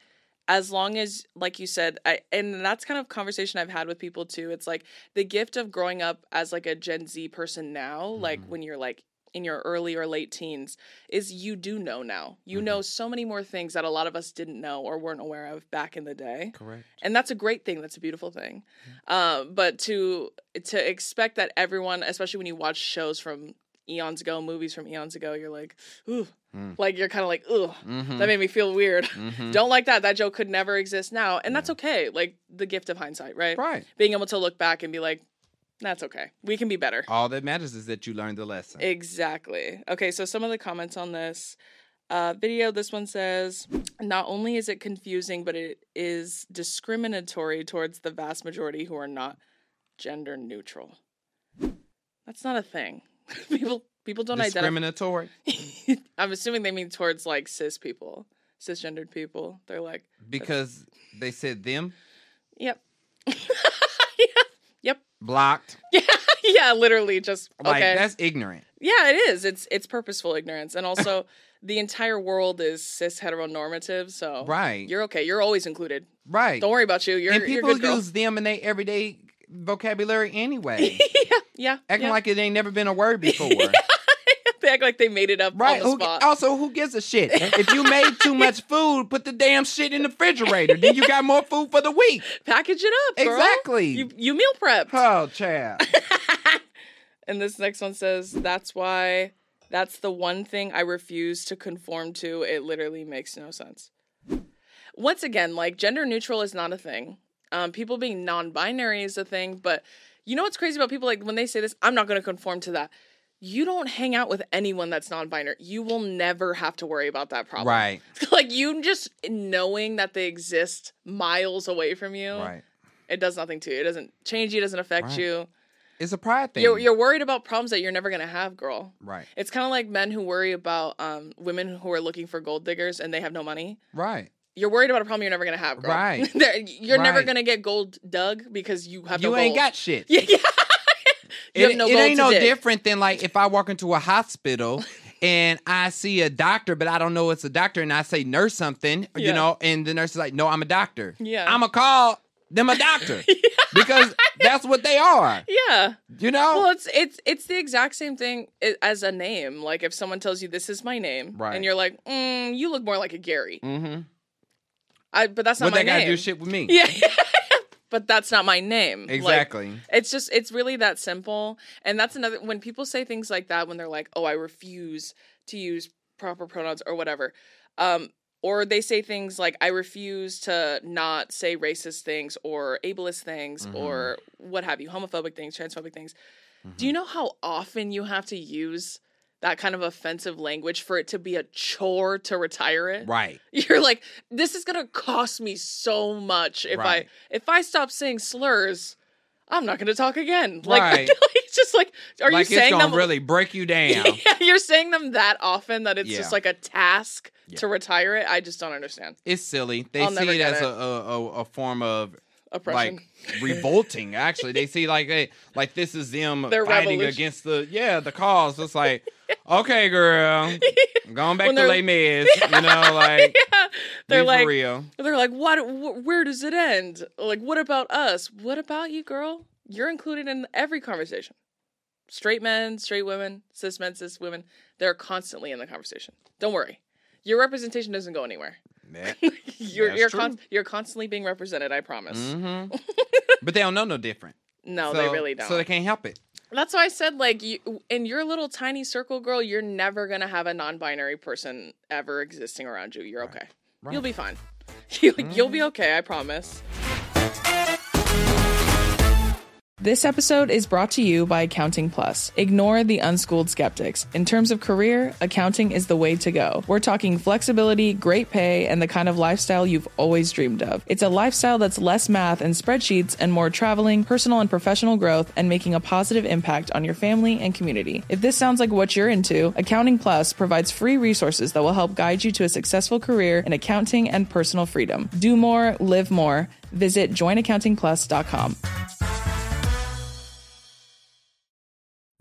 [SPEAKER 2] as long as like you said, I and that's kind of conversation I've had with people too. It's like the gift of growing up as like a Gen Z person now, like
[SPEAKER 1] Mhm.
[SPEAKER 2] when you're like in your early or late teens is you do know now. You
[SPEAKER 1] Mhm.
[SPEAKER 2] know so many more things that a lot of us didn't know or weren't aware of back in the day
[SPEAKER 1] Correct.
[SPEAKER 2] and that's a great thing that's a beautiful thing
[SPEAKER 1] Mm-hmm.
[SPEAKER 2] um, but to to expect that everyone especially when you watch shows from eons ago movies from eons ago you're like ooh
[SPEAKER 1] Mm.
[SPEAKER 2] like you're kind of like ooh
[SPEAKER 1] Mm-hmm.
[SPEAKER 2] that made me feel weird
[SPEAKER 1] mm-hmm.
[SPEAKER 2] don't like that that joke could never exist now and that's
[SPEAKER 1] Yeah.
[SPEAKER 2] okay like the gift of hindsight right?
[SPEAKER 1] Right.
[SPEAKER 2] being able to look back and be like that's okay we can be better
[SPEAKER 1] All that matters is that you learned the lesson.
[SPEAKER 2] Exactly. Okay, so some of the comments on this uh, video this one says, not only is it confusing, but it is discriminatory towards the vast majority who are not gender neutral. That's not a thing. people people don't identify.
[SPEAKER 1] Discriminatory.
[SPEAKER 2] I'm assuming they mean towards like cis people, cisgendered people. They're like,
[SPEAKER 1] Because they said them
[SPEAKER 2] yep.
[SPEAKER 1] blocked.
[SPEAKER 2] yeah, literally just
[SPEAKER 1] Like,
[SPEAKER 2] okay.
[SPEAKER 1] that's ignorant.
[SPEAKER 2] Yeah, it is. It's it's purposeful ignorance, and also the entire world is cis heteronormative. So
[SPEAKER 1] Right.
[SPEAKER 2] Oh, you're okay. You're always included.
[SPEAKER 1] right.
[SPEAKER 2] Don't worry about you. You're
[SPEAKER 1] and
[SPEAKER 2] you're
[SPEAKER 1] people
[SPEAKER 2] good girl.
[SPEAKER 1] use them in their everyday vocabulary anyway,
[SPEAKER 2] yeah,
[SPEAKER 1] acting
[SPEAKER 2] yeah.
[SPEAKER 1] like it ain't never been a word before.
[SPEAKER 2] they act like they made it up
[SPEAKER 1] Right. Oh.
[SPEAKER 2] on the
[SPEAKER 1] Who,
[SPEAKER 2] spot.
[SPEAKER 1] also, who gives a shit? If you made too much food, put the damn shit in the refrigerator. Then you got more food for the week.
[SPEAKER 2] Package it up, girl.
[SPEAKER 1] Exactly.
[SPEAKER 2] You you meal prep.
[SPEAKER 1] Oh, child.
[SPEAKER 2] And this next one says that's why that's the one thing I refuse to conform to. It literally makes no sense. Once again, like gender neutral is not a thing. Um, people being non-binary is a thing, but you know what's crazy about people like when they say this, I'm not going to conform to that. You don't hang out with anyone that's non-binary. You will never have to worry about that problem.
[SPEAKER 1] Right.
[SPEAKER 2] like you just knowing that they exist miles away from you,
[SPEAKER 1] Right.
[SPEAKER 2] it does nothing to you. It doesn't change you. It doesn't affect
[SPEAKER 1] Right.
[SPEAKER 2] you.
[SPEAKER 1] It's a pride thing.
[SPEAKER 2] You're, you're worried about problems that you're never going to have, girl.
[SPEAKER 1] right.
[SPEAKER 2] It's kind of like men who worry about um, women who are looking for gold diggers and they have no money.
[SPEAKER 1] Right.
[SPEAKER 2] You're worried about a problem you're never going to have, girl.
[SPEAKER 1] Right.
[SPEAKER 2] There- you're never
[SPEAKER 1] Right.
[SPEAKER 2] going to get gold dug because you have
[SPEAKER 1] you
[SPEAKER 2] no
[SPEAKER 1] ain't
[SPEAKER 2] gold.
[SPEAKER 1] got shit.
[SPEAKER 2] Yeah, yeah. you
[SPEAKER 1] it
[SPEAKER 2] have no
[SPEAKER 1] it
[SPEAKER 2] gold
[SPEAKER 1] ain't
[SPEAKER 2] to
[SPEAKER 1] no
[SPEAKER 2] dig.
[SPEAKER 1] different than like if I walk into a hospital and I see a doctor, but I don't know it's a doctor, and I say nurse something,
[SPEAKER 2] Yeah.
[SPEAKER 1] you know, and the nurse is like, "No, I'm a doctor.
[SPEAKER 2] Yeah.
[SPEAKER 1] I'm a call them a doctor because that's what they are.
[SPEAKER 2] Yeah.
[SPEAKER 1] You know,
[SPEAKER 2] Well, it's it's it's the exact same thing i- as a name. Like if someone tells you this is my name,
[SPEAKER 1] Right.
[SPEAKER 2] and you're like, mm, you look more like a Gary.
[SPEAKER 1] mm-hmm.
[SPEAKER 2] I, but that's not
[SPEAKER 1] what
[SPEAKER 2] my
[SPEAKER 1] they gotta
[SPEAKER 2] name.
[SPEAKER 1] do shit with me?
[SPEAKER 2] Yeah. but that's not my name. Like,
[SPEAKER 1] Exactly.
[SPEAKER 2] It's just it's really that simple. And that's another when people say things like that when they're like, "Oh, I refuse to use proper pronouns or whatever." Um or they say things like i refuse to not say racist things or ableist things
[SPEAKER 1] Mhm.
[SPEAKER 2] or what have you homophobic things transphobic things do you know how often you have to use that kind of offensive language for it to be a chore to retire it
[SPEAKER 1] Right.
[SPEAKER 2] you're like this is gonna cost me so much if
[SPEAKER 1] Right.
[SPEAKER 2] i if i stop saying slurs i'm not gonna talk again like,
[SPEAKER 1] Right.
[SPEAKER 2] it's just like are
[SPEAKER 1] like
[SPEAKER 2] you
[SPEAKER 1] it's
[SPEAKER 2] saying
[SPEAKER 1] gonna
[SPEAKER 2] them
[SPEAKER 1] really break you down.
[SPEAKER 2] yeah, you're saying them that often that it's
[SPEAKER 1] Yeah.
[SPEAKER 2] just like a task
[SPEAKER 1] Yeah.
[SPEAKER 2] to retire it. I just don't understand
[SPEAKER 1] It's silly. They
[SPEAKER 2] I'll
[SPEAKER 1] see
[SPEAKER 2] never
[SPEAKER 1] it
[SPEAKER 2] get
[SPEAKER 1] as
[SPEAKER 2] it.
[SPEAKER 1] A, a, a a form of
[SPEAKER 2] oppression.
[SPEAKER 1] like revolting. Actually, they see like they like this is them
[SPEAKER 2] Their
[SPEAKER 1] fighting
[SPEAKER 2] revolution.
[SPEAKER 1] against the yeah the cause. It's like okay, girl, I'm going back
[SPEAKER 2] When
[SPEAKER 1] to
[SPEAKER 2] they're-
[SPEAKER 1] Les Mis. You know, like
[SPEAKER 2] They're
[SPEAKER 1] be
[SPEAKER 2] like-
[SPEAKER 1] for real.
[SPEAKER 2] They're like, what? Wh- where does it end? Like, what about us? What about you, girl? You're included in every conversation. Straight men, straight women, cis men, cis women. They're constantly in the conversation. Don't worry, your representation doesn't go anywhere.
[SPEAKER 1] Yeah.
[SPEAKER 2] You're
[SPEAKER 1] That's
[SPEAKER 2] you're,
[SPEAKER 1] true.
[SPEAKER 2] con- you're constantly being represented. I promise.
[SPEAKER 1] Mhm. but they don't know no different.
[SPEAKER 2] No,
[SPEAKER 1] Mm-hmm. so,
[SPEAKER 2] they really don't.
[SPEAKER 1] So they can't help it.
[SPEAKER 2] That's why I said, like, you, in your little tiny circle, girl, you're never gonna have a non-binary person ever existing around you. You're okay.
[SPEAKER 1] Right. Mm-hmm.
[SPEAKER 2] You'll be fine. You, You'll be okay. I promise. This episode is brought to you by Accounting Plus. Ignore the unschooled skeptics. In terms of career, accounting is the way to go. We're talking flexibility, great pay, and the kind of lifestyle you've always dreamed of. It's a lifestyle that's less math and spreadsheets and more traveling, personal and professional growth, and making a positive impact on your family and community. If this sounds like what you're into, Accounting Plus provides free resources that will help guide you to a successful career in accounting and personal freedom. Do more, live more. Visit joinaccountingplus.com.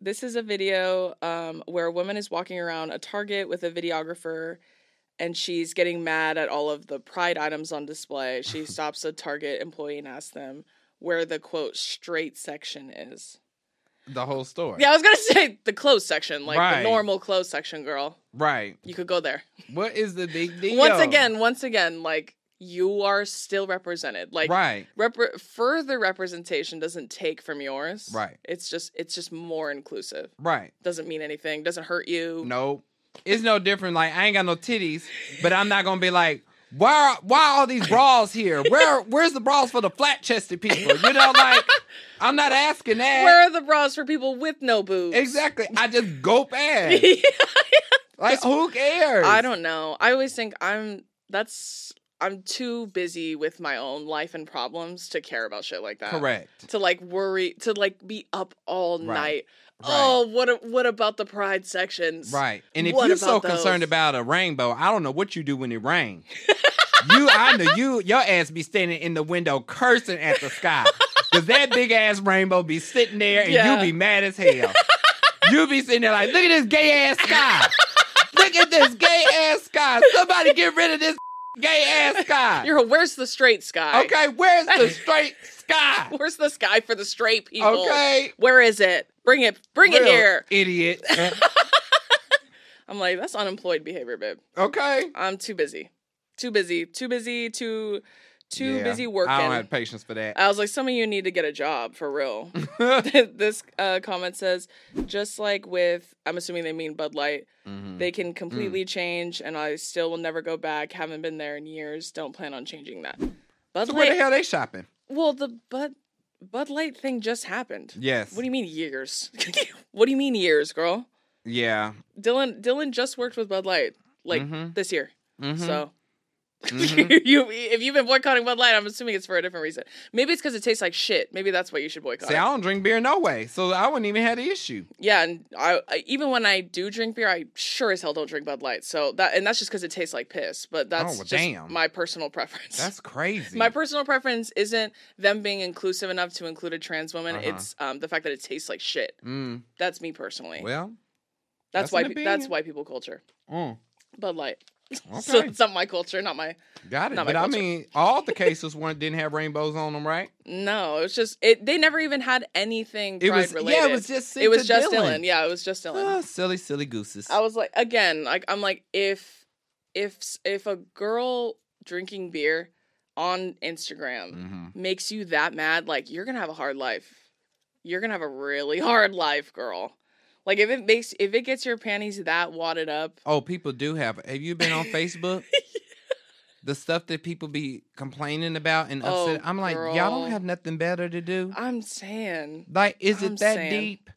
[SPEAKER 2] This is a video um, where a woman is walking around a Target with a videographer and she's getting mad at all of the pride items on display. She stops a Target employee and asks them where the quote straight section is.
[SPEAKER 1] The whole story.
[SPEAKER 2] Yeah, I was going to say the clothes section, like
[SPEAKER 1] Right.
[SPEAKER 2] the normal clothes section, girl.
[SPEAKER 1] Right.
[SPEAKER 2] You could go there.
[SPEAKER 1] What is the big deal?
[SPEAKER 2] Once again, once again, like you are still represented. Like
[SPEAKER 1] right.
[SPEAKER 2] repre- further representation doesn't take from yours.
[SPEAKER 1] Right.
[SPEAKER 2] It's just it's just more inclusive.
[SPEAKER 1] Right.
[SPEAKER 2] doesn't mean anything, doesn't hurt you.
[SPEAKER 1] No. It's no different. Like I ain't got no titties, but I'm not gonna be like, why are, why are all these bras here? Where where's the bras for the flat chested people? You know, like I'm not asking that.
[SPEAKER 2] Where are the bras for people with no boobs?
[SPEAKER 1] exactly. I just go ass. Like who cares?
[SPEAKER 2] I don't know. I always think I'm that's I'm too busy with my own life and problems to care about shit like that.
[SPEAKER 1] correct.
[SPEAKER 2] To like worry, to like be up all
[SPEAKER 1] Right.
[SPEAKER 2] night.
[SPEAKER 1] Right.
[SPEAKER 2] Oh, what a- what about the pride sections?
[SPEAKER 1] Right. And if
[SPEAKER 2] What
[SPEAKER 1] you're so
[SPEAKER 2] about those?
[SPEAKER 1] concerned about a rainbow, I don't know what you do when it rains. you, I know you, your ass be standing in the window cursing at the sky. Cause that big ass rainbow be sitting there and
[SPEAKER 2] Yeah.
[SPEAKER 1] you be mad as hell. you be sitting there like, look at this gay ass sky. look at this gay ass sky. Somebody get rid of this gay ass sky.
[SPEAKER 2] You're where's the straight sky?
[SPEAKER 1] okay, where's the straight sky?
[SPEAKER 2] Where's the sky for the straight people?
[SPEAKER 1] Okay.
[SPEAKER 2] Where is it? Bring it bring it
[SPEAKER 1] Real
[SPEAKER 2] here.
[SPEAKER 1] Idiot.
[SPEAKER 2] I'm like, that's unemployed behavior, babe.
[SPEAKER 1] okay.
[SPEAKER 2] I'm too busy. Too busy. Too busy. Too too
[SPEAKER 1] Yeah,
[SPEAKER 2] busy working.
[SPEAKER 1] I don't
[SPEAKER 2] I,
[SPEAKER 1] have patience for that.
[SPEAKER 2] was like, some of you need to get a job for real. this uh, comment says, just like with, I'm assuming they mean Bud Light,
[SPEAKER 1] Mhm.
[SPEAKER 2] they can completely change, and I still will never go back. Haven't been there in years. Don't plan on changing that. Bud
[SPEAKER 1] So where the
[SPEAKER 2] Light.
[SPEAKER 1] hell they shopping?
[SPEAKER 2] well, the Bud Bud Light thing just happened.
[SPEAKER 1] Yes.
[SPEAKER 2] What do you mean years? what do you mean years, girl?
[SPEAKER 1] Yeah.
[SPEAKER 2] Dylan Dylan just worked with Bud Light like
[SPEAKER 1] Mhm.
[SPEAKER 2] this year,
[SPEAKER 1] Mhm.
[SPEAKER 2] so
[SPEAKER 1] Mhm.
[SPEAKER 2] you, if you've been boycotting Bud Light, I'm assuming it's for a different reason. Maybe it's because it tastes like shit. Maybe that's why you should boycott.
[SPEAKER 1] See,
[SPEAKER 2] it.
[SPEAKER 1] I don't drink beer no way, so I wouldn't even have the issue.
[SPEAKER 2] Yeah, and I, I even when I do drink beer, I sure as hell don't drink Bud Light. So that and that's just because it tastes like piss. But that's
[SPEAKER 1] Oh, well,
[SPEAKER 2] just
[SPEAKER 1] damn.
[SPEAKER 2] my personal preference.
[SPEAKER 1] That's crazy.
[SPEAKER 2] my personal preference isn't them being inclusive enough to include a trans woman.
[SPEAKER 1] Uh-huh.
[SPEAKER 2] It's um, the fact that it tastes like shit.
[SPEAKER 1] mm,
[SPEAKER 2] That's me personally.
[SPEAKER 1] well,
[SPEAKER 2] that's
[SPEAKER 1] that's an
[SPEAKER 2] why. pe- that's
[SPEAKER 1] opinion.
[SPEAKER 2] why people culture
[SPEAKER 1] mm,
[SPEAKER 2] Bud Light.
[SPEAKER 1] okay,
[SPEAKER 2] So it's not my culture, not my.
[SPEAKER 1] got it.
[SPEAKER 2] not my
[SPEAKER 1] But I
[SPEAKER 2] culture.
[SPEAKER 1] mean, all the cases weren't didn't have rainbows on them, right?
[SPEAKER 2] No, it's just it. They never even had anything
[SPEAKER 1] It
[SPEAKER 2] pride
[SPEAKER 1] was
[SPEAKER 2] related.
[SPEAKER 1] yeah, it was just
[SPEAKER 2] It was
[SPEAKER 1] Cynthia
[SPEAKER 2] just Dylan. Yeah, it was just Dylan.
[SPEAKER 1] Ah, silly, silly gooses.
[SPEAKER 2] I was like, again, like I'm like, if if if a girl drinking beer on Instagram
[SPEAKER 1] Mhm.
[SPEAKER 2] makes you that mad, like you're gonna have a hard life. You're gonna have a really hard life, girl. Like if it makes if it gets your panties that wadded up,
[SPEAKER 1] Oh, people do have. Have you been on Facebook? The stuff that people be complaining about and
[SPEAKER 2] Oh,
[SPEAKER 1] upset. I'm like, y'all
[SPEAKER 2] girl.
[SPEAKER 1] don't have nothing better to do.
[SPEAKER 2] I'm saying,
[SPEAKER 1] Like, is it
[SPEAKER 2] I'm
[SPEAKER 1] that
[SPEAKER 2] saying,
[SPEAKER 1] deep?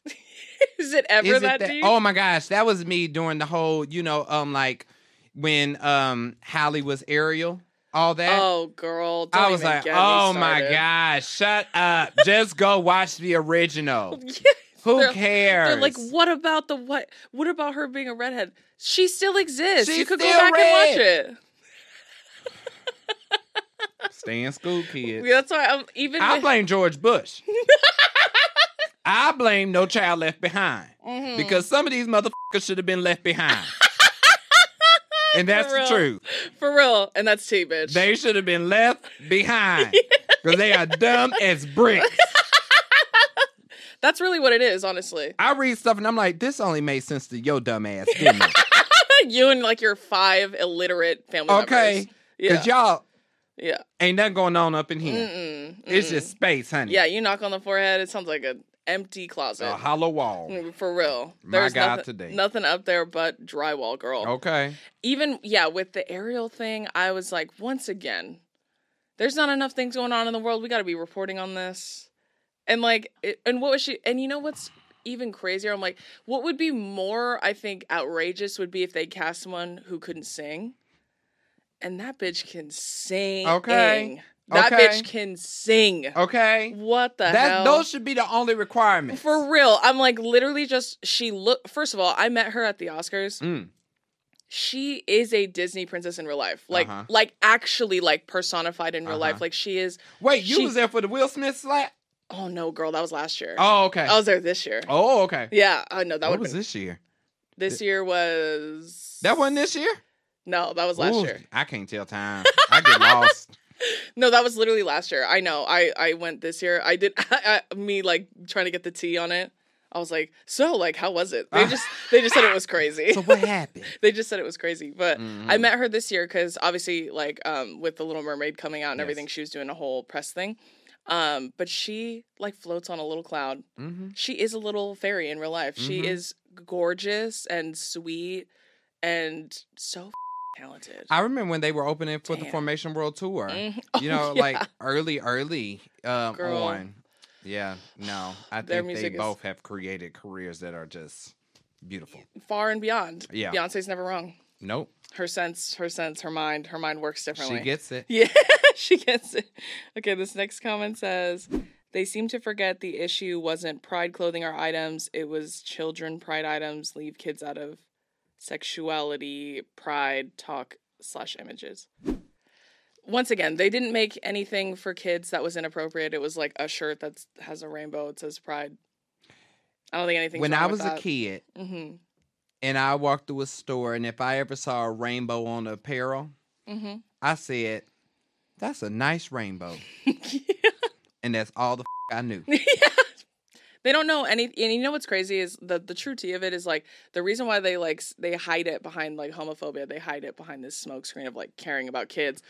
[SPEAKER 2] is it ever
[SPEAKER 1] Is it
[SPEAKER 2] that, deep?
[SPEAKER 1] Oh my gosh, that was me during the whole, you know, um, like when um Hallie was Ariel, all that.
[SPEAKER 2] Oh, girl, don't
[SPEAKER 1] I was
[SPEAKER 2] even
[SPEAKER 1] like,
[SPEAKER 2] get me
[SPEAKER 1] oh my
[SPEAKER 2] started."
[SPEAKER 1] gosh, shut up. Just go watch the original.
[SPEAKER 2] Yeah,
[SPEAKER 1] Who
[SPEAKER 2] They're-
[SPEAKER 1] cares?
[SPEAKER 2] They're like, what about the what? What about her being a redhead? She still exists.
[SPEAKER 1] She's
[SPEAKER 2] you could go
[SPEAKER 1] still
[SPEAKER 2] back and watch
[SPEAKER 1] red.
[SPEAKER 2] it.
[SPEAKER 1] Stay in school, kid.
[SPEAKER 2] Yeah, that's why I'm even.
[SPEAKER 1] I
[SPEAKER 2] with-
[SPEAKER 1] blame George Bush.
[SPEAKER 2] Mm-hmm.
[SPEAKER 1] I blame No Child Left Behind
[SPEAKER 2] Mhm.
[SPEAKER 1] because some of these motherfuckers should have been left behind. and that's the
[SPEAKER 2] real.
[SPEAKER 1] truth.
[SPEAKER 2] for real, and that's tea, bitch.
[SPEAKER 1] They should have been left behind because they are dumb as bricks.
[SPEAKER 2] that's really what it is, honestly.
[SPEAKER 1] I read stuff and I'm like, this only made sense to your dumb ass, didn't it?
[SPEAKER 2] you and like your five illiterate family members.
[SPEAKER 1] Okay.
[SPEAKER 2] Yeah.
[SPEAKER 1] Because y'all
[SPEAKER 2] yeah.
[SPEAKER 1] ain't nothing going on up in here.
[SPEAKER 2] Mm-mm,
[SPEAKER 1] It's
[SPEAKER 2] mm-mm.
[SPEAKER 1] just space, honey.
[SPEAKER 2] Yeah, you knock on the forehead. It sounds like an empty closet.
[SPEAKER 1] A hollow wall.
[SPEAKER 2] Mm, For
[SPEAKER 1] Oh,
[SPEAKER 2] real,
[SPEAKER 1] My
[SPEAKER 2] there's
[SPEAKER 1] God
[SPEAKER 2] nothing,
[SPEAKER 1] today.
[SPEAKER 2] nothing up there but drywall, girl.
[SPEAKER 1] Okay.
[SPEAKER 2] even yeah with the aerial thing i was like once again there's not enough things going on in the world we got to be reporting on this and like it, and what was she and you know what's even crazier i'm like what would be more i think outrageous would be if they cast someone who couldn't sing and that bitch can sing
[SPEAKER 1] Okay.
[SPEAKER 2] that
[SPEAKER 1] Okay.
[SPEAKER 2] bitch can sing
[SPEAKER 1] Okay.
[SPEAKER 2] what the
[SPEAKER 1] That
[SPEAKER 2] hell
[SPEAKER 1] those should be the only requirements.
[SPEAKER 2] for real i'm like literally just she look first of all i met her at the oscars
[SPEAKER 1] Mm.
[SPEAKER 2] she is a Disney princess in real life. Like
[SPEAKER 1] Uh-huh.
[SPEAKER 2] like actually like personified in real life.
[SPEAKER 1] Uh-huh.
[SPEAKER 2] Like she is
[SPEAKER 1] Wait, you
[SPEAKER 2] She-
[SPEAKER 1] was there for the Will Smith slap?
[SPEAKER 2] oh no, girl, that was last year.
[SPEAKER 1] Oh, okay.
[SPEAKER 2] I was there this year.
[SPEAKER 1] oh, okay.
[SPEAKER 2] Yeah, I know that
[SPEAKER 1] what
[SPEAKER 2] would
[SPEAKER 1] was
[SPEAKER 2] been,
[SPEAKER 1] this year?
[SPEAKER 2] this year was
[SPEAKER 1] That wasn't this year?
[SPEAKER 2] No, that was last
[SPEAKER 1] Ooh,
[SPEAKER 2] year.
[SPEAKER 1] I can't tell time. I get lost.
[SPEAKER 2] No, that was literally last year. I know. I I went this year. I did I, me like trying to get the tea on it. I was like, "So, like how was it?" They just they just said it was crazy.
[SPEAKER 1] Uh-huh. So what happened?
[SPEAKER 2] they just said it was crazy. But I
[SPEAKER 1] Mhm.
[SPEAKER 2] met her this year because obviously, like, um, with the Little Mermaid coming out and
[SPEAKER 1] Yes.
[SPEAKER 2] everything, she was doing a whole press thing. Um, but she like floats on a little cloud.
[SPEAKER 1] Mhm.
[SPEAKER 2] She is a little fairy in real life. She
[SPEAKER 1] Mhm.
[SPEAKER 2] is gorgeous and sweet and so f- talented.
[SPEAKER 1] I remember when they were opening for the
[SPEAKER 2] Damn.
[SPEAKER 1] Formation World Tour.
[SPEAKER 2] Mhm.
[SPEAKER 1] You
[SPEAKER 2] Oh,
[SPEAKER 1] know,
[SPEAKER 2] yeah.
[SPEAKER 1] like early, early um,
[SPEAKER 2] Girl.
[SPEAKER 1] on. Yeah, no, I
[SPEAKER 2] Their
[SPEAKER 1] think they
[SPEAKER 2] music is-
[SPEAKER 1] both have created careers that are just beautiful.
[SPEAKER 2] far and beyond.
[SPEAKER 1] Yeah.
[SPEAKER 2] Beyonce's never wrong.
[SPEAKER 1] Nope,
[SPEAKER 2] Her sense, her sense, her mind, her mind works differently.
[SPEAKER 1] she gets it.
[SPEAKER 2] Yeah, she gets it. Okay, this next comment says they seem to forget the issue wasn't pride clothing or items, it was children pride items, leave kids out of sexuality, pride, talk, slash images. Once again, they didn't make anything for kids that was inappropriate. It was like a shirt that has a rainbow, it says pride. I don't think anything.
[SPEAKER 1] When I was a kid
[SPEAKER 2] Mm-hmm.
[SPEAKER 1] and I walked through a store, and if I ever saw a rainbow on the apparel,
[SPEAKER 2] Mm-hmm.
[SPEAKER 1] I said, "That's a nice rainbow," and that's all the f- I knew.
[SPEAKER 2] yeah. They don't know any, and you know what's crazy is the the true tea of it is like the reason why they like s- they hide it behind like homophobia, they hide it behind this smoke screen of like caring about kids,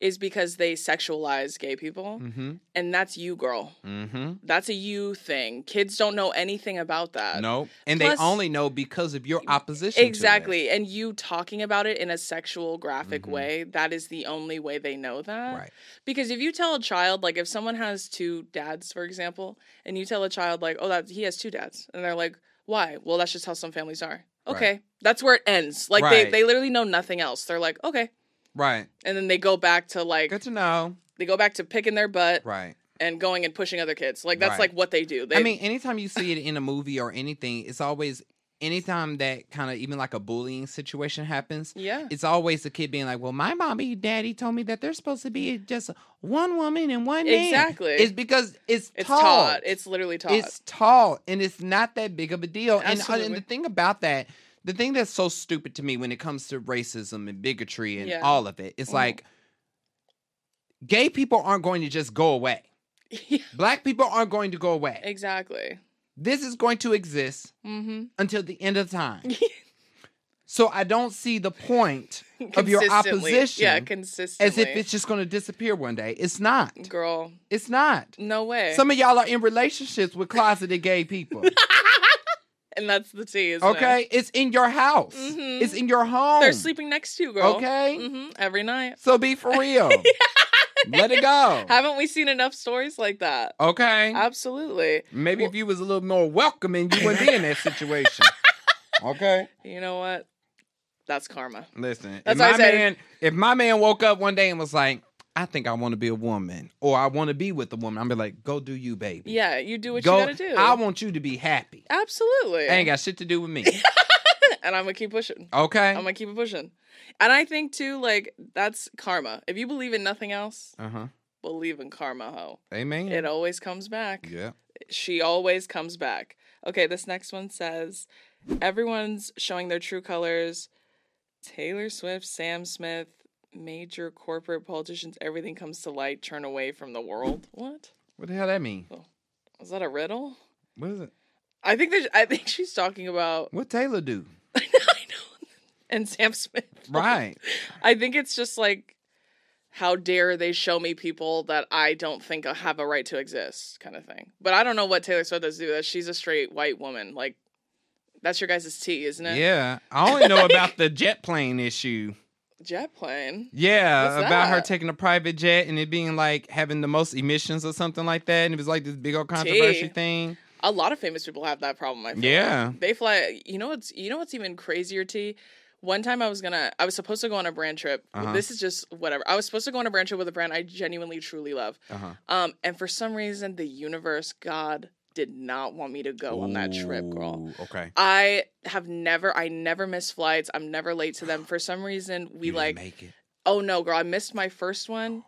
[SPEAKER 2] is because they sexualize gay people,
[SPEAKER 1] Mm-hmm.
[SPEAKER 2] and that's you, girl.
[SPEAKER 1] Mm-hmm.
[SPEAKER 2] That's a you thing. Kids don't know anything about that.
[SPEAKER 1] No, and
[SPEAKER 2] Uh, plus-
[SPEAKER 1] they only know because of your opposition. to it.
[SPEAKER 2] exactly. And you talking about it in a sexual, graphic
[SPEAKER 1] Mhm.
[SPEAKER 2] way, that is the only way they know that.
[SPEAKER 1] Right.
[SPEAKER 2] Because if you tell a child, like if someone has two dads, for example, and you tell a child, like, oh, that he has two dads, and they're like, why? Well, that's just how some families are.
[SPEAKER 1] Right.
[SPEAKER 2] Okay. That's where it ends. Like
[SPEAKER 1] Right.
[SPEAKER 2] they, they literally know nothing else. They're like, okay,
[SPEAKER 1] Right.
[SPEAKER 2] and then they go back to like
[SPEAKER 1] Good to know.
[SPEAKER 2] they go back to picking their butt
[SPEAKER 1] Right.
[SPEAKER 2] and going and pushing other kids. Like that's
[SPEAKER 1] Right.
[SPEAKER 2] like what they do. They,
[SPEAKER 1] I mean, anytime you see it in a movie or anything, it's always anytime that kind of even like a bullying situation happens.
[SPEAKER 2] yeah,
[SPEAKER 1] It's always the kid being like, "Well, my mommy, daddy told me that there's supposed to be just one woman and one man."
[SPEAKER 2] Exactly.
[SPEAKER 1] It's because it's,
[SPEAKER 2] it's
[SPEAKER 1] taught.
[SPEAKER 2] taught. It's literally taught.
[SPEAKER 1] It's tall and it's not that big of a deal. And, uh, and
[SPEAKER 2] Absolutely.
[SPEAKER 1] the thing about that, the thing that's so stupid to me when it comes to racism and bigotry and
[SPEAKER 2] Yeah.
[SPEAKER 1] all of it, it's
[SPEAKER 2] Mhm.
[SPEAKER 1] like gay people aren't going to just go away.
[SPEAKER 2] Yeah,
[SPEAKER 1] Black people aren't going to go away.
[SPEAKER 2] exactly.
[SPEAKER 1] This is going to exist
[SPEAKER 2] Mm-hmm.
[SPEAKER 1] until the end of time. So I don't see the point Of your
[SPEAKER 2] Yeah,
[SPEAKER 1] opposition, as
[SPEAKER 2] consistently.
[SPEAKER 1] if it's just going to disappear one day. It's not.
[SPEAKER 2] girl.
[SPEAKER 1] It's not.
[SPEAKER 2] No way.
[SPEAKER 1] Some of y'all are in relationships with closeted gay people.
[SPEAKER 2] and that's the tea. Isn't
[SPEAKER 1] Okay, it's in your house.
[SPEAKER 2] Mhm.
[SPEAKER 1] It's in your home.
[SPEAKER 2] It? They're sleeping next to you, girl.
[SPEAKER 1] Okay.
[SPEAKER 2] Mm-hmm. Every night.
[SPEAKER 1] So be for real. Let it go.
[SPEAKER 2] Haven't we seen enough stories like that?
[SPEAKER 1] okay.
[SPEAKER 2] Absolutely.
[SPEAKER 1] Maybe
[SPEAKER 2] well-
[SPEAKER 1] if you was a little more welcoming, you wouldn't be in that situation. okay.
[SPEAKER 2] You know what? That's karma.
[SPEAKER 1] Listen, if
[SPEAKER 2] That's what
[SPEAKER 1] my
[SPEAKER 2] I said.
[SPEAKER 1] man, if my man woke up one day and was like, "I think I want to be a woman, or I want to be with a woman," I'm be like, "Go do you, baby.
[SPEAKER 2] Yeah, you do what
[SPEAKER 1] go.
[SPEAKER 2] you gotta do.
[SPEAKER 1] I want you to be happy.
[SPEAKER 2] Absolutely.
[SPEAKER 1] Ain't got shit to do with me.
[SPEAKER 2] and I'm gonna keep pushing.
[SPEAKER 1] Okay.
[SPEAKER 2] I'm gonna keep it pushing. And I think too, like, that's karma. If you believe in nothing else,
[SPEAKER 1] uh huh.
[SPEAKER 2] believe in karma, ho.
[SPEAKER 1] Amen.
[SPEAKER 2] It always comes back.
[SPEAKER 1] yeah.
[SPEAKER 2] She always comes back. Okay, this next one says everyone's showing their true colors. Taylor Swift, Sam Smith, major corporate politicians, everything comes to light, turn away from the world. What?
[SPEAKER 1] What the hell that mean?
[SPEAKER 2] Is that a riddle?
[SPEAKER 1] What is it?
[SPEAKER 2] I think there's I think she's talking about
[SPEAKER 1] What Taylor do?
[SPEAKER 2] I know. And Sam Smith.
[SPEAKER 1] Right.
[SPEAKER 2] I think it's just like, how dare they show me people that I don't think I have a right to exist, kind of thing. But I don't know what Taylor Swift has to do with that. She's a straight white woman. Like, that's your guys' tea, isn't it?
[SPEAKER 1] Yeah, I only know about the jet plane issue.
[SPEAKER 2] Jet plane.
[SPEAKER 1] Yeah,
[SPEAKER 2] What's
[SPEAKER 1] about her
[SPEAKER 2] that?
[SPEAKER 1] taking a private jet and it being like having the most emissions or something like that, and it was like this big old controversy
[SPEAKER 2] Gee.
[SPEAKER 1] thing.
[SPEAKER 2] A lot of famous people have that problem. I feel.
[SPEAKER 1] Yeah.
[SPEAKER 2] They fly. You know what's you know what's even crazier? T. One time I was gonna I was supposed to go on a brand trip.
[SPEAKER 1] Uh-huh.
[SPEAKER 2] This is just whatever. I was supposed to go on a brand trip with a brand I genuinely truly love.
[SPEAKER 1] Uh-huh.
[SPEAKER 2] Um, and for some reason, the universe, God, did not want me to go on that trip, girl.
[SPEAKER 1] Ooh, Okay.
[SPEAKER 2] I have never, I never miss flights. I'm never late to them. For some reason, we
[SPEAKER 1] You didn't
[SPEAKER 2] like,
[SPEAKER 1] make it.
[SPEAKER 2] oh no, girl, I missed my first one,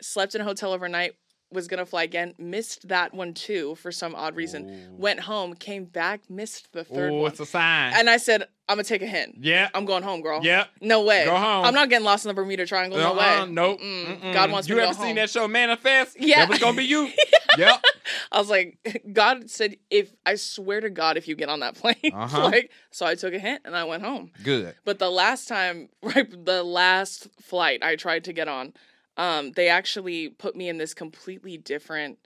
[SPEAKER 2] slept in a hotel overnight, was gonna fly again, missed that one too for some odd reason, went home, came back, missed the third
[SPEAKER 1] Oh,
[SPEAKER 2] one.
[SPEAKER 1] it's a sign.
[SPEAKER 2] And I said, I'm gonna take a hint.
[SPEAKER 1] yeah.
[SPEAKER 2] I'm going home, girl.
[SPEAKER 1] Yep.
[SPEAKER 2] No way.
[SPEAKER 1] Go home.
[SPEAKER 2] I'm not getting lost in the Bermuda Triangle. No
[SPEAKER 1] Uh-uh,
[SPEAKER 2] way.
[SPEAKER 1] Nope.
[SPEAKER 2] Mm-mm.
[SPEAKER 1] Mm-mm.
[SPEAKER 2] God wants
[SPEAKER 1] you
[SPEAKER 2] me to
[SPEAKER 1] ever
[SPEAKER 2] go
[SPEAKER 1] seen
[SPEAKER 2] home.
[SPEAKER 1] that show Manifest?
[SPEAKER 2] Yeah.
[SPEAKER 1] That was gonna be you. yep.
[SPEAKER 2] I was like, God said, if I swear to God, if you get on that plane,
[SPEAKER 1] Uh-huh.
[SPEAKER 2] like, so I took a hint and I went home.
[SPEAKER 1] Good.
[SPEAKER 2] But the last time, right, the last flight I tried to get on, um, they actually put me in this completely different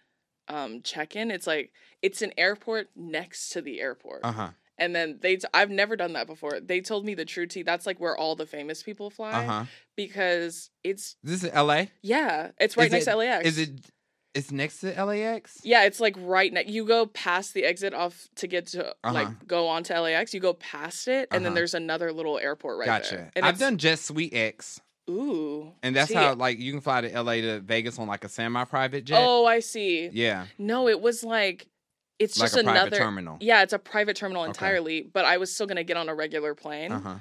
[SPEAKER 2] um, check-in. It's like it's an airport next to the airport,
[SPEAKER 1] Uh huh.
[SPEAKER 2] and then they. T- I've never done that before. They told me the true tea. That's like where all the famous people fly
[SPEAKER 1] Uh huh.
[SPEAKER 2] because it's
[SPEAKER 1] This is L.A.
[SPEAKER 2] yeah, it's right
[SPEAKER 1] Is
[SPEAKER 2] next
[SPEAKER 1] it-
[SPEAKER 2] to LAX.
[SPEAKER 1] Is it? It's next to LAX.
[SPEAKER 2] Yeah, it's like right next. You go past the exit off to get to
[SPEAKER 1] Uh-huh.
[SPEAKER 2] like go on to LAX. You go past it, and then
[SPEAKER 1] Uh-huh.
[SPEAKER 2] there's another little airport right
[SPEAKER 1] gotcha.
[SPEAKER 2] there. And
[SPEAKER 1] I've
[SPEAKER 2] it's-
[SPEAKER 1] done Jet Sweet X.
[SPEAKER 2] Ooh,
[SPEAKER 1] And that's
[SPEAKER 2] see,
[SPEAKER 1] how like you can fly to LA to Vegas on like a semi private jet.
[SPEAKER 2] Oh, I see.
[SPEAKER 1] yeah.
[SPEAKER 2] No, it was like it's
[SPEAKER 1] Like
[SPEAKER 2] just
[SPEAKER 1] a private
[SPEAKER 2] another
[SPEAKER 1] terminal.
[SPEAKER 2] Yeah, it's a private terminal
[SPEAKER 1] Okay.
[SPEAKER 2] entirely, but I was still gonna get on a regular plane.
[SPEAKER 1] Uh-huh.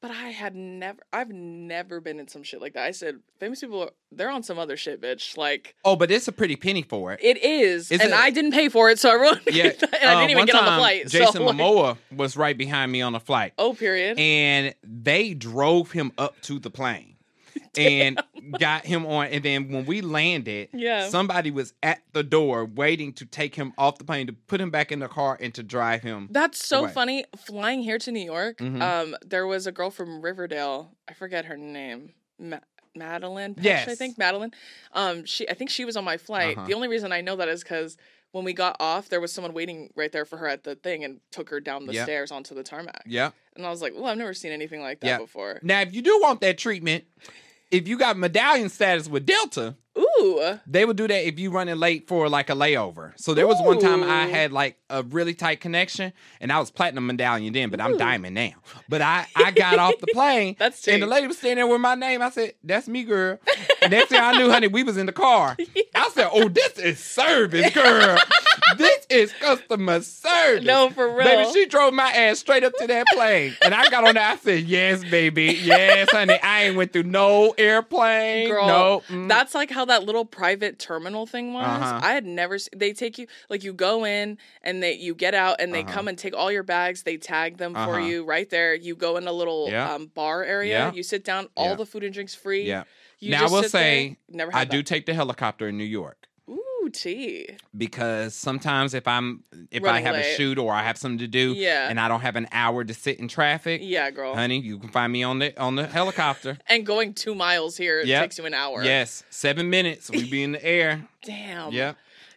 [SPEAKER 2] But I had never I've never been in some shit like that. I said famous people are, they're on some other shit, bitch. Like
[SPEAKER 1] Oh, but it's a pretty penny for it.
[SPEAKER 2] it is,
[SPEAKER 1] Is
[SPEAKER 2] and
[SPEAKER 1] it-
[SPEAKER 2] I didn't pay for it, so everyone
[SPEAKER 1] Yeah.
[SPEAKER 2] and I
[SPEAKER 1] uh,
[SPEAKER 2] didn't even
[SPEAKER 1] one
[SPEAKER 2] get on the
[SPEAKER 1] time,
[SPEAKER 2] flight.
[SPEAKER 1] Jason
[SPEAKER 2] so, like,
[SPEAKER 1] Momoa was right behind me on the flight.
[SPEAKER 2] Oh, period.
[SPEAKER 1] And they drove him up to the plane. And got him on, and then when we landed,
[SPEAKER 2] Yeah.
[SPEAKER 1] somebody was at the door waiting to take him off the plane to put him back in the car and to drive him.
[SPEAKER 2] That's so
[SPEAKER 1] Right.
[SPEAKER 2] funny. Flying here to New York,
[SPEAKER 1] Mhm.
[SPEAKER 2] um, there was a girl from Riverdale. I forget her name. Ma- Madeline, Pesh, I
[SPEAKER 1] Yes.
[SPEAKER 2] think Madeline. Um, she, I think she was on my flight.
[SPEAKER 1] Uh-huh.
[SPEAKER 2] The only reason I know that is because when we got off, there was someone waiting right there for her at the thing and took her down the
[SPEAKER 1] Yep.
[SPEAKER 2] stairs onto the tarmac.
[SPEAKER 1] Yeah.
[SPEAKER 2] And I was like, "Well, I've never seen anything like that
[SPEAKER 1] Yep.
[SPEAKER 2] before."
[SPEAKER 1] Now, if you do want that treatment, if you got medallion status with Delta,
[SPEAKER 2] Ooh, Ooh.
[SPEAKER 1] They would do that if you running late for like a layover. So there was one time I
[SPEAKER 2] Ooh.
[SPEAKER 1] had like a really tight connection, and I was platinum medallion then, but I'm diamond now. But I I got off the plane,
[SPEAKER 2] That's
[SPEAKER 1] and the
[SPEAKER 2] cheap.
[SPEAKER 1] lady was standing there with my name. I said, "That's me, girl." Next thing I knew, honey, we was in the car. I said, "Oh, this is service, girl. this is customer service."
[SPEAKER 2] No, for real.
[SPEAKER 1] Baby, she drove my ass straight up to that plane, and I got on there. I said, "Yes, baby, yes, honey. I ain't went through no airplane,
[SPEAKER 2] Girl,
[SPEAKER 1] no." mm,
[SPEAKER 2] That's like how that little private terminal thing was.
[SPEAKER 1] Uh-huh.
[SPEAKER 2] I had never. se- They take you like you go in and they you get out and they
[SPEAKER 1] Uh-huh.
[SPEAKER 2] come and take all your bags. They tag them for
[SPEAKER 1] Uh-huh.
[SPEAKER 2] you right there. You go in a little
[SPEAKER 1] Yeah.
[SPEAKER 2] um, bar area.
[SPEAKER 1] Yeah.
[SPEAKER 2] You sit down. All
[SPEAKER 1] Yeah.
[SPEAKER 2] the food and drinks free.
[SPEAKER 1] Yeah.
[SPEAKER 2] You
[SPEAKER 1] Now, I
[SPEAKER 2] just
[SPEAKER 1] will
[SPEAKER 2] sit there.
[SPEAKER 1] say,
[SPEAKER 2] never. Had
[SPEAKER 1] I do
[SPEAKER 2] that.
[SPEAKER 1] take the helicopter in New York
[SPEAKER 2] Ooh, tea.
[SPEAKER 1] because sometimes if I'm if
[SPEAKER 2] Running
[SPEAKER 1] I have
[SPEAKER 2] late.
[SPEAKER 1] a shoot or I have something to do
[SPEAKER 2] Yeah.
[SPEAKER 1] and I don't have an hour to sit in traffic,
[SPEAKER 2] Yeah, girl.
[SPEAKER 1] honey, you can find me on the on the helicopter.
[SPEAKER 2] And going two miles here it
[SPEAKER 1] Yep.
[SPEAKER 2] takes you an hour.
[SPEAKER 1] yes, seven minutes we be in the air.
[SPEAKER 2] Damn.
[SPEAKER 1] yeah,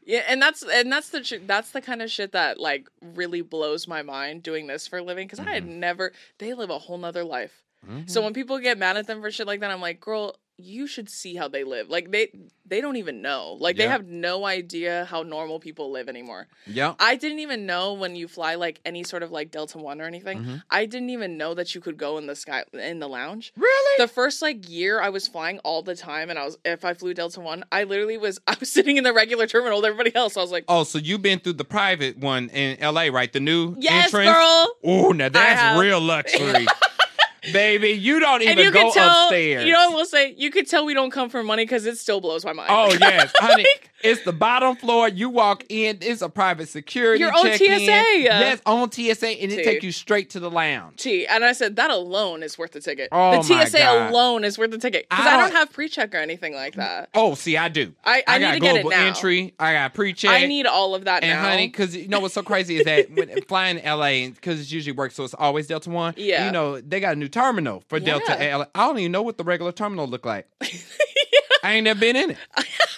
[SPEAKER 2] Yeah, and that's and that's the tr- that's the kind of shit that like really blows my mind doing this for a living because I had
[SPEAKER 1] Mm-hmm.
[SPEAKER 2] never they live a whole nother life. Mm-hmm. So when people get mad at them for shit like that, I'm like, girl, you should see how they live. Like they they don't even know. Like they
[SPEAKER 1] Yeah.
[SPEAKER 2] have no idea how normal people live anymore.
[SPEAKER 1] yeah.
[SPEAKER 2] I didn't even know when you fly like any sort of like Delta One or anything.
[SPEAKER 1] Mm-hmm.
[SPEAKER 2] I didn't even know that you could go in the sky in the lounge
[SPEAKER 1] Really?
[SPEAKER 2] the first like year I was flying all the time, and I was if I flew Delta One, I literally was I was sitting in the regular terminal with everybody else. I was like,
[SPEAKER 1] oh, so you've been through the private one in L.A. right? The new
[SPEAKER 2] yes,
[SPEAKER 1] entrance.
[SPEAKER 2] girl.
[SPEAKER 1] Oh, now that's
[SPEAKER 2] have.
[SPEAKER 1] real luxury, baby. You don't even
[SPEAKER 2] And you
[SPEAKER 1] go
[SPEAKER 2] could tell,
[SPEAKER 1] upstairs.
[SPEAKER 2] you know, we'll say you could tell we don't come for money because it still blows my mind.
[SPEAKER 1] Oh yes, honey. It's the bottom floor. You walk in. It's a private security.
[SPEAKER 2] You're on
[SPEAKER 1] check-in.
[SPEAKER 2] TSA.
[SPEAKER 1] Yes, on TSA, and it
[SPEAKER 2] Dude.
[SPEAKER 1] take you straight to the lounge.
[SPEAKER 2] Gee, and I said that alone is worth the ticket.
[SPEAKER 1] Oh,
[SPEAKER 2] the
[SPEAKER 1] my
[SPEAKER 2] TSA
[SPEAKER 1] God.
[SPEAKER 2] alone is worth the ticket because
[SPEAKER 1] I
[SPEAKER 2] I, don't
[SPEAKER 1] don't-
[SPEAKER 2] have pre-check or anything like that.
[SPEAKER 1] Oh, see, I do.
[SPEAKER 2] I- I need
[SPEAKER 1] got
[SPEAKER 2] to get it
[SPEAKER 1] global
[SPEAKER 2] now.
[SPEAKER 1] entry. I got pre-check.
[SPEAKER 2] I need all of that
[SPEAKER 1] and
[SPEAKER 2] now.
[SPEAKER 1] honey, because you know what's so crazy is that when flying to LA, because it's usually work, so it's always Delta One.
[SPEAKER 2] Yeah.
[SPEAKER 1] You know they got a new terminal for Delta
[SPEAKER 2] Yeah.
[SPEAKER 1] LA. I don't even know what the regular terminal look like. I ain't never been in it.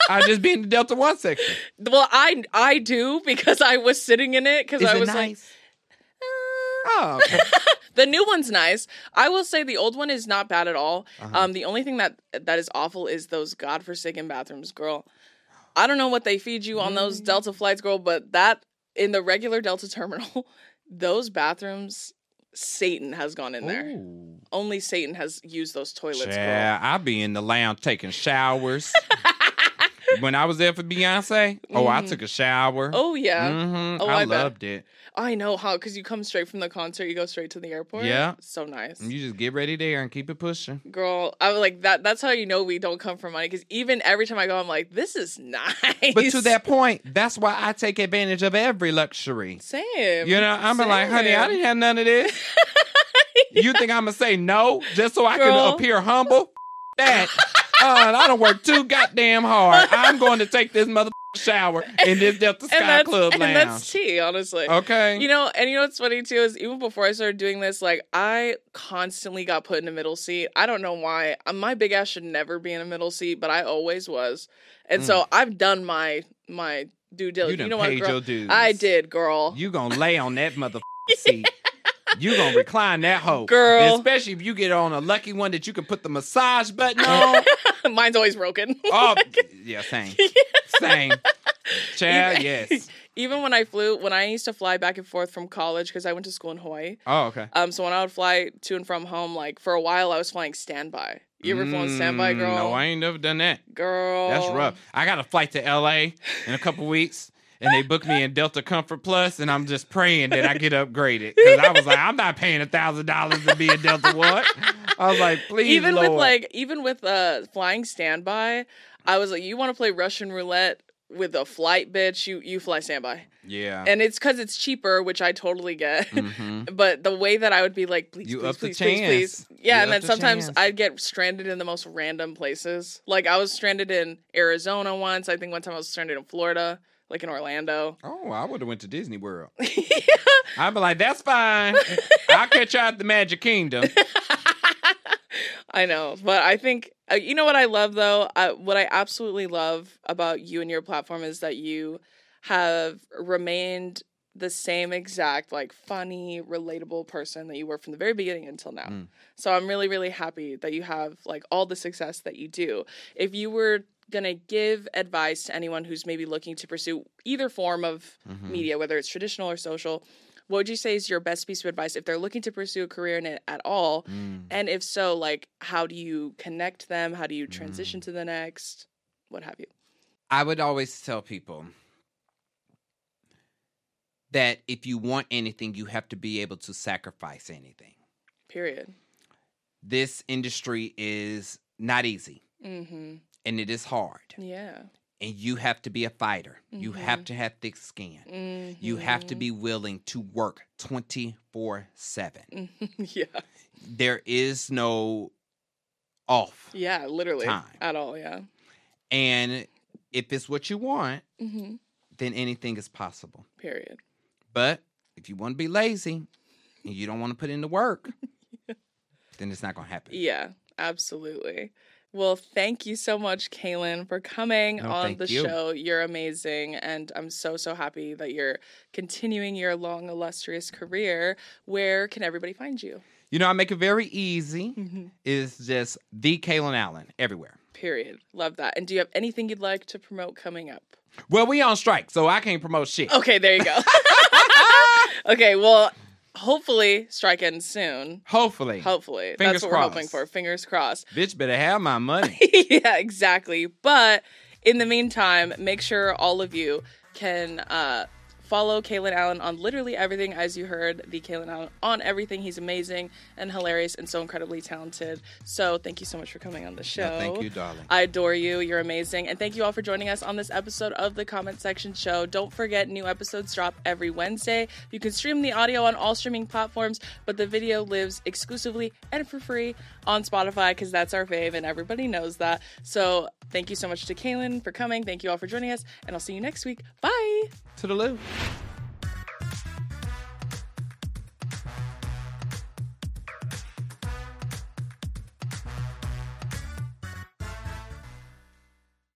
[SPEAKER 1] I just been in the Delta One section.
[SPEAKER 2] well, I I do because I was sitting in it because
[SPEAKER 1] Is
[SPEAKER 2] I
[SPEAKER 1] it
[SPEAKER 2] was
[SPEAKER 1] nice?
[SPEAKER 2] like, "Uh,
[SPEAKER 1] oh, okay.
[SPEAKER 2] The new one's nice. I will say the old one is not bad at all.
[SPEAKER 1] Uh-huh.
[SPEAKER 2] Um, the only thing that that is awful is those godforsaken bathrooms, girl. I don't know what they feed you on those Delta flights, girl, but that in the regular Delta terminal, those bathrooms, Satan has gone in there.
[SPEAKER 1] Ooh.
[SPEAKER 2] Only Satan has used those toilets, girl.
[SPEAKER 1] Yeah, I be in the lounge taking showers. when I was there for Beyonce, oh, I took a shower.
[SPEAKER 2] Mm-hmm. Oh yeah,
[SPEAKER 1] Mhm,
[SPEAKER 2] Oh,
[SPEAKER 1] I,
[SPEAKER 2] I bet.
[SPEAKER 1] loved it.
[SPEAKER 2] I know how because you come straight from the concert, you go straight to the airport.
[SPEAKER 1] Yeah. Mm-hmm.
[SPEAKER 2] so nice.
[SPEAKER 1] You just get ready there and keep it pushing.
[SPEAKER 2] Girl, I was like that. That's how you know we don't come for money. Because even every time I go, I'm like, this is nice.
[SPEAKER 1] But to that point, that's why I take advantage of every luxury.
[SPEAKER 2] Same.
[SPEAKER 1] You know, I'm like, honey, I
[SPEAKER 2] Same.
[SPEAKER 1] didn't have none of this. You think I'm gonna say no just so I can
[SPEAKER 2] Girl.
[SPEAKER 1] appear humble? F- that. Uh, I don't work too goddamn hard. I'm going to take this mother shower in this Delta Sky
[SPEAKER 2] and that's,
[SPEAKER 1] Club
[SPEAKER 2] and
[SPEAKER 1] lounge.
[SPEAKER 2] that's tea, honestly.
[SPEAKER 1] okay.
[SPEAKER 2] You know, and you know what's funny too is even before I started doing this, like I constantly got put in a middle seat. I don't know why. Uh, My big ass should never be in a middle seat, but I always was. And so I've done my my
[SPEAKER 1] Mm.
[SPEAKER 2] due
[SPEAKER 1] you
[SPEAKER 2] diligence. You,
[SPEAKER 1] done
[SPEAKER 2] know what,
[SPEAKER 1] paid
[SPEAKER 2] girl?
[SPEAKER 1] your dues.
[SPEAKER 2] I did, girl.
[SPEAKER 1] You gonna lay on that mother seat. You gonna recline that hoe,
[SPEAKER 2] Girl.
[SPEAKER 1] Especially if you get on a lucky one that you can put the massage button on.
[SPEAKER 2] Mine's always broken.
[SPEAKER 1] oh, yeah, same, same. Chad, yes.
[SPEAKER 2] even when I flew, when I used to fly back and forth from college because I went to school in Hawaii.
[SPEAKER 1] Oh, okay.
[SPEAKER 2] Um, so when I would fly to and from home, like for a while, I was flying standby. You ever flown standby,
[SPEAKER 1] Mm,
[SPEAKER 2] girl? Oh.
[SPEAKER 1] No, I ain't never done that.
[SPEAKER 2] Girl,
[SPEAKER 1] That's rough. I got a flight to L.A. in a couple weeks. And they booked me in Delta Comfort Plus, and I'm just praying that I get upgraded because I was like, I'm not paying a thousand dollars to be a Delta one. I was like, please,
[SPEAKER 2] Even with
[SPEAKER 1] Lord.
[SPEAKER 2] like, even with uh flying standby, I was like, you want to play Russian roulette with a flight, bitch? You you fly standby,
[SPEAKER 1] yeah,
[SPEAKER 2] and it's because it's cheaper, which I totally get.
[SPEAKER 1] Mhm.
[SPEAKER 2] But the way that I would be like, please,
[SPEAKER 1] You
[SPEAKER 2] please,
[SPEAKER 1] up the
[SPEAKER 2] please, please, please,
[SPEAKER 1] chance.
[SPEAKER 2] yeah.
[SPEAKER 1] You
[SPEAKER 2] and
[SPEAKER 1] up
[SPEAKER 2] then
[SPEAKER 1] the
[SPEAKER 2] sometimes
[SPEAKER 1] chance.
[SPEAKER 2] I'd get stranded in the most random places. Like I was stranded in Arizona once. I think one time I was stranded in Florida, like in Orlando.
[SPEAKER 1] Oh, I would have went to Disney World. I'd be like, that's fine. I'll catch you at the Magic Kingdom.
[SPEAKER 2] I know, but I think uh, you know what I love though. Uh, what I absolutely love about you and your platform is that you have remained the same exact like funny, relatable person that you were from the very beginning until now.
[SPEAKER 1] Mm.
[SPEAKER 2] So I'm really really happy that you have like all the success that you do. If you were going to give advice to anyone who's maybe looking to pursue either form of
[SPEAKER 1] Mhm.
[SPEAKER 2] media, whether it's traditional or social, what would you say is your best piece of advice if they're looking to pursue a career in it at all?
[SPEAKER 1] Mm.
[SPEAKER 2] And if so, like, how do you connect them? How do you
[SPEAKER 1] Mm.
[SPEAKER 2] transition to the next? What have you?
[SPEAKER 1] I would always tell people that if you want anything, you have to be able to sacrifice anything.
[SPEAKER 2] Period.
[SPEAKER 1] This industry is not easy
[SPEAKER 2] hmm
[SPEAKER 1] and it is hard.
[SPEAKER 2] Yeah.
[SPEAKER 1] And you have to be a fighter. You have
[SPEAKER 2] Mhm.
[SPEAKER 1] to have thick skin. You have
[SPEAKER 2] Mm-hmm.
[SPEAKER 1] to be willing to work 24 7.
[SPEAKER 2] Mhm. yeah.
[SPEAKER 1] There is no off.
[SPEAKER 2] Yeah. Literally.
[SPEAKER 1] Time.
[SPEAKER 2] At all. Yeah.
[SPEAKER 1] And if it's what you want,
[SPEAKER 2] hmm
[SPEAKER 1] then anything is possible.
[SPEAKER 2] Period.
[SPEAKER 1] But if you want to be lazy and you don't want to put in the work, then it's not going to happen.
[SPEAKER 2] Yeah. Absolutely. Well, thank you so much, Kaylin, for coming
[SPEAKER 1] No,
[SPEAKER 2] on
[SPEAKER 1] thank
[SPEAKER 2] the
[SPEAKER 1] you.
[SPEAKER 2] show. You're amazing. And I'm so, so happy that you're continuing your long, illustrious career. Where can everybody find you?
[SPEAKER 1] You know, I make it very easy.
[SPEAKER 2] Mm-hmm.
[SPEAKER 1] It's just the Kalen Allen everywhere.
[SPEAKER 2] Period. Love that. And do you have anything you'd like to promote coming up?
[SPEAKER 1] Well, we on strike, so I can't promote shit.
[SPEAKER 2] Okay, there you go. okay, well, hopefully strike ends soon.
[SPEAKER 1] Hopefully.
[SPEAKER 2] Hopefully.
[SPEAKER 1] Fingers
[SPEAKER 2] That's what we're hoping
[SPEAKER 1] crossed.
[SPEAKER 2] for. Fingers crossed.
[SPEAKER 1] Bitch better have my money.
[SPEAKER 2] yeah, exactly. But in the meantime, make sure all of you can uh, follow Kaylin Allen on literally everything, as you heard, the Kaylin Allen on everything. He's amazing and hilarious and so incredibly talented. So thank you so much for coming on the show.
[SPEAKER 1] No, thank you, darling.
[SPEAKER 2] I adore you. You're amazing. And thank you all for joining us on this episode of the Comment Section Show. Don't forget, new episodes drop every Wednesday. You can stream the audio on all streaming platforms, but the video lives exclusively and for free on Spotify because that's our fave and everybody knows that. So thank you so much to Kaylin for coming. Thank you all for joining us, and I'll see you next week. Bye.
[SPEAKER 1] to the loo.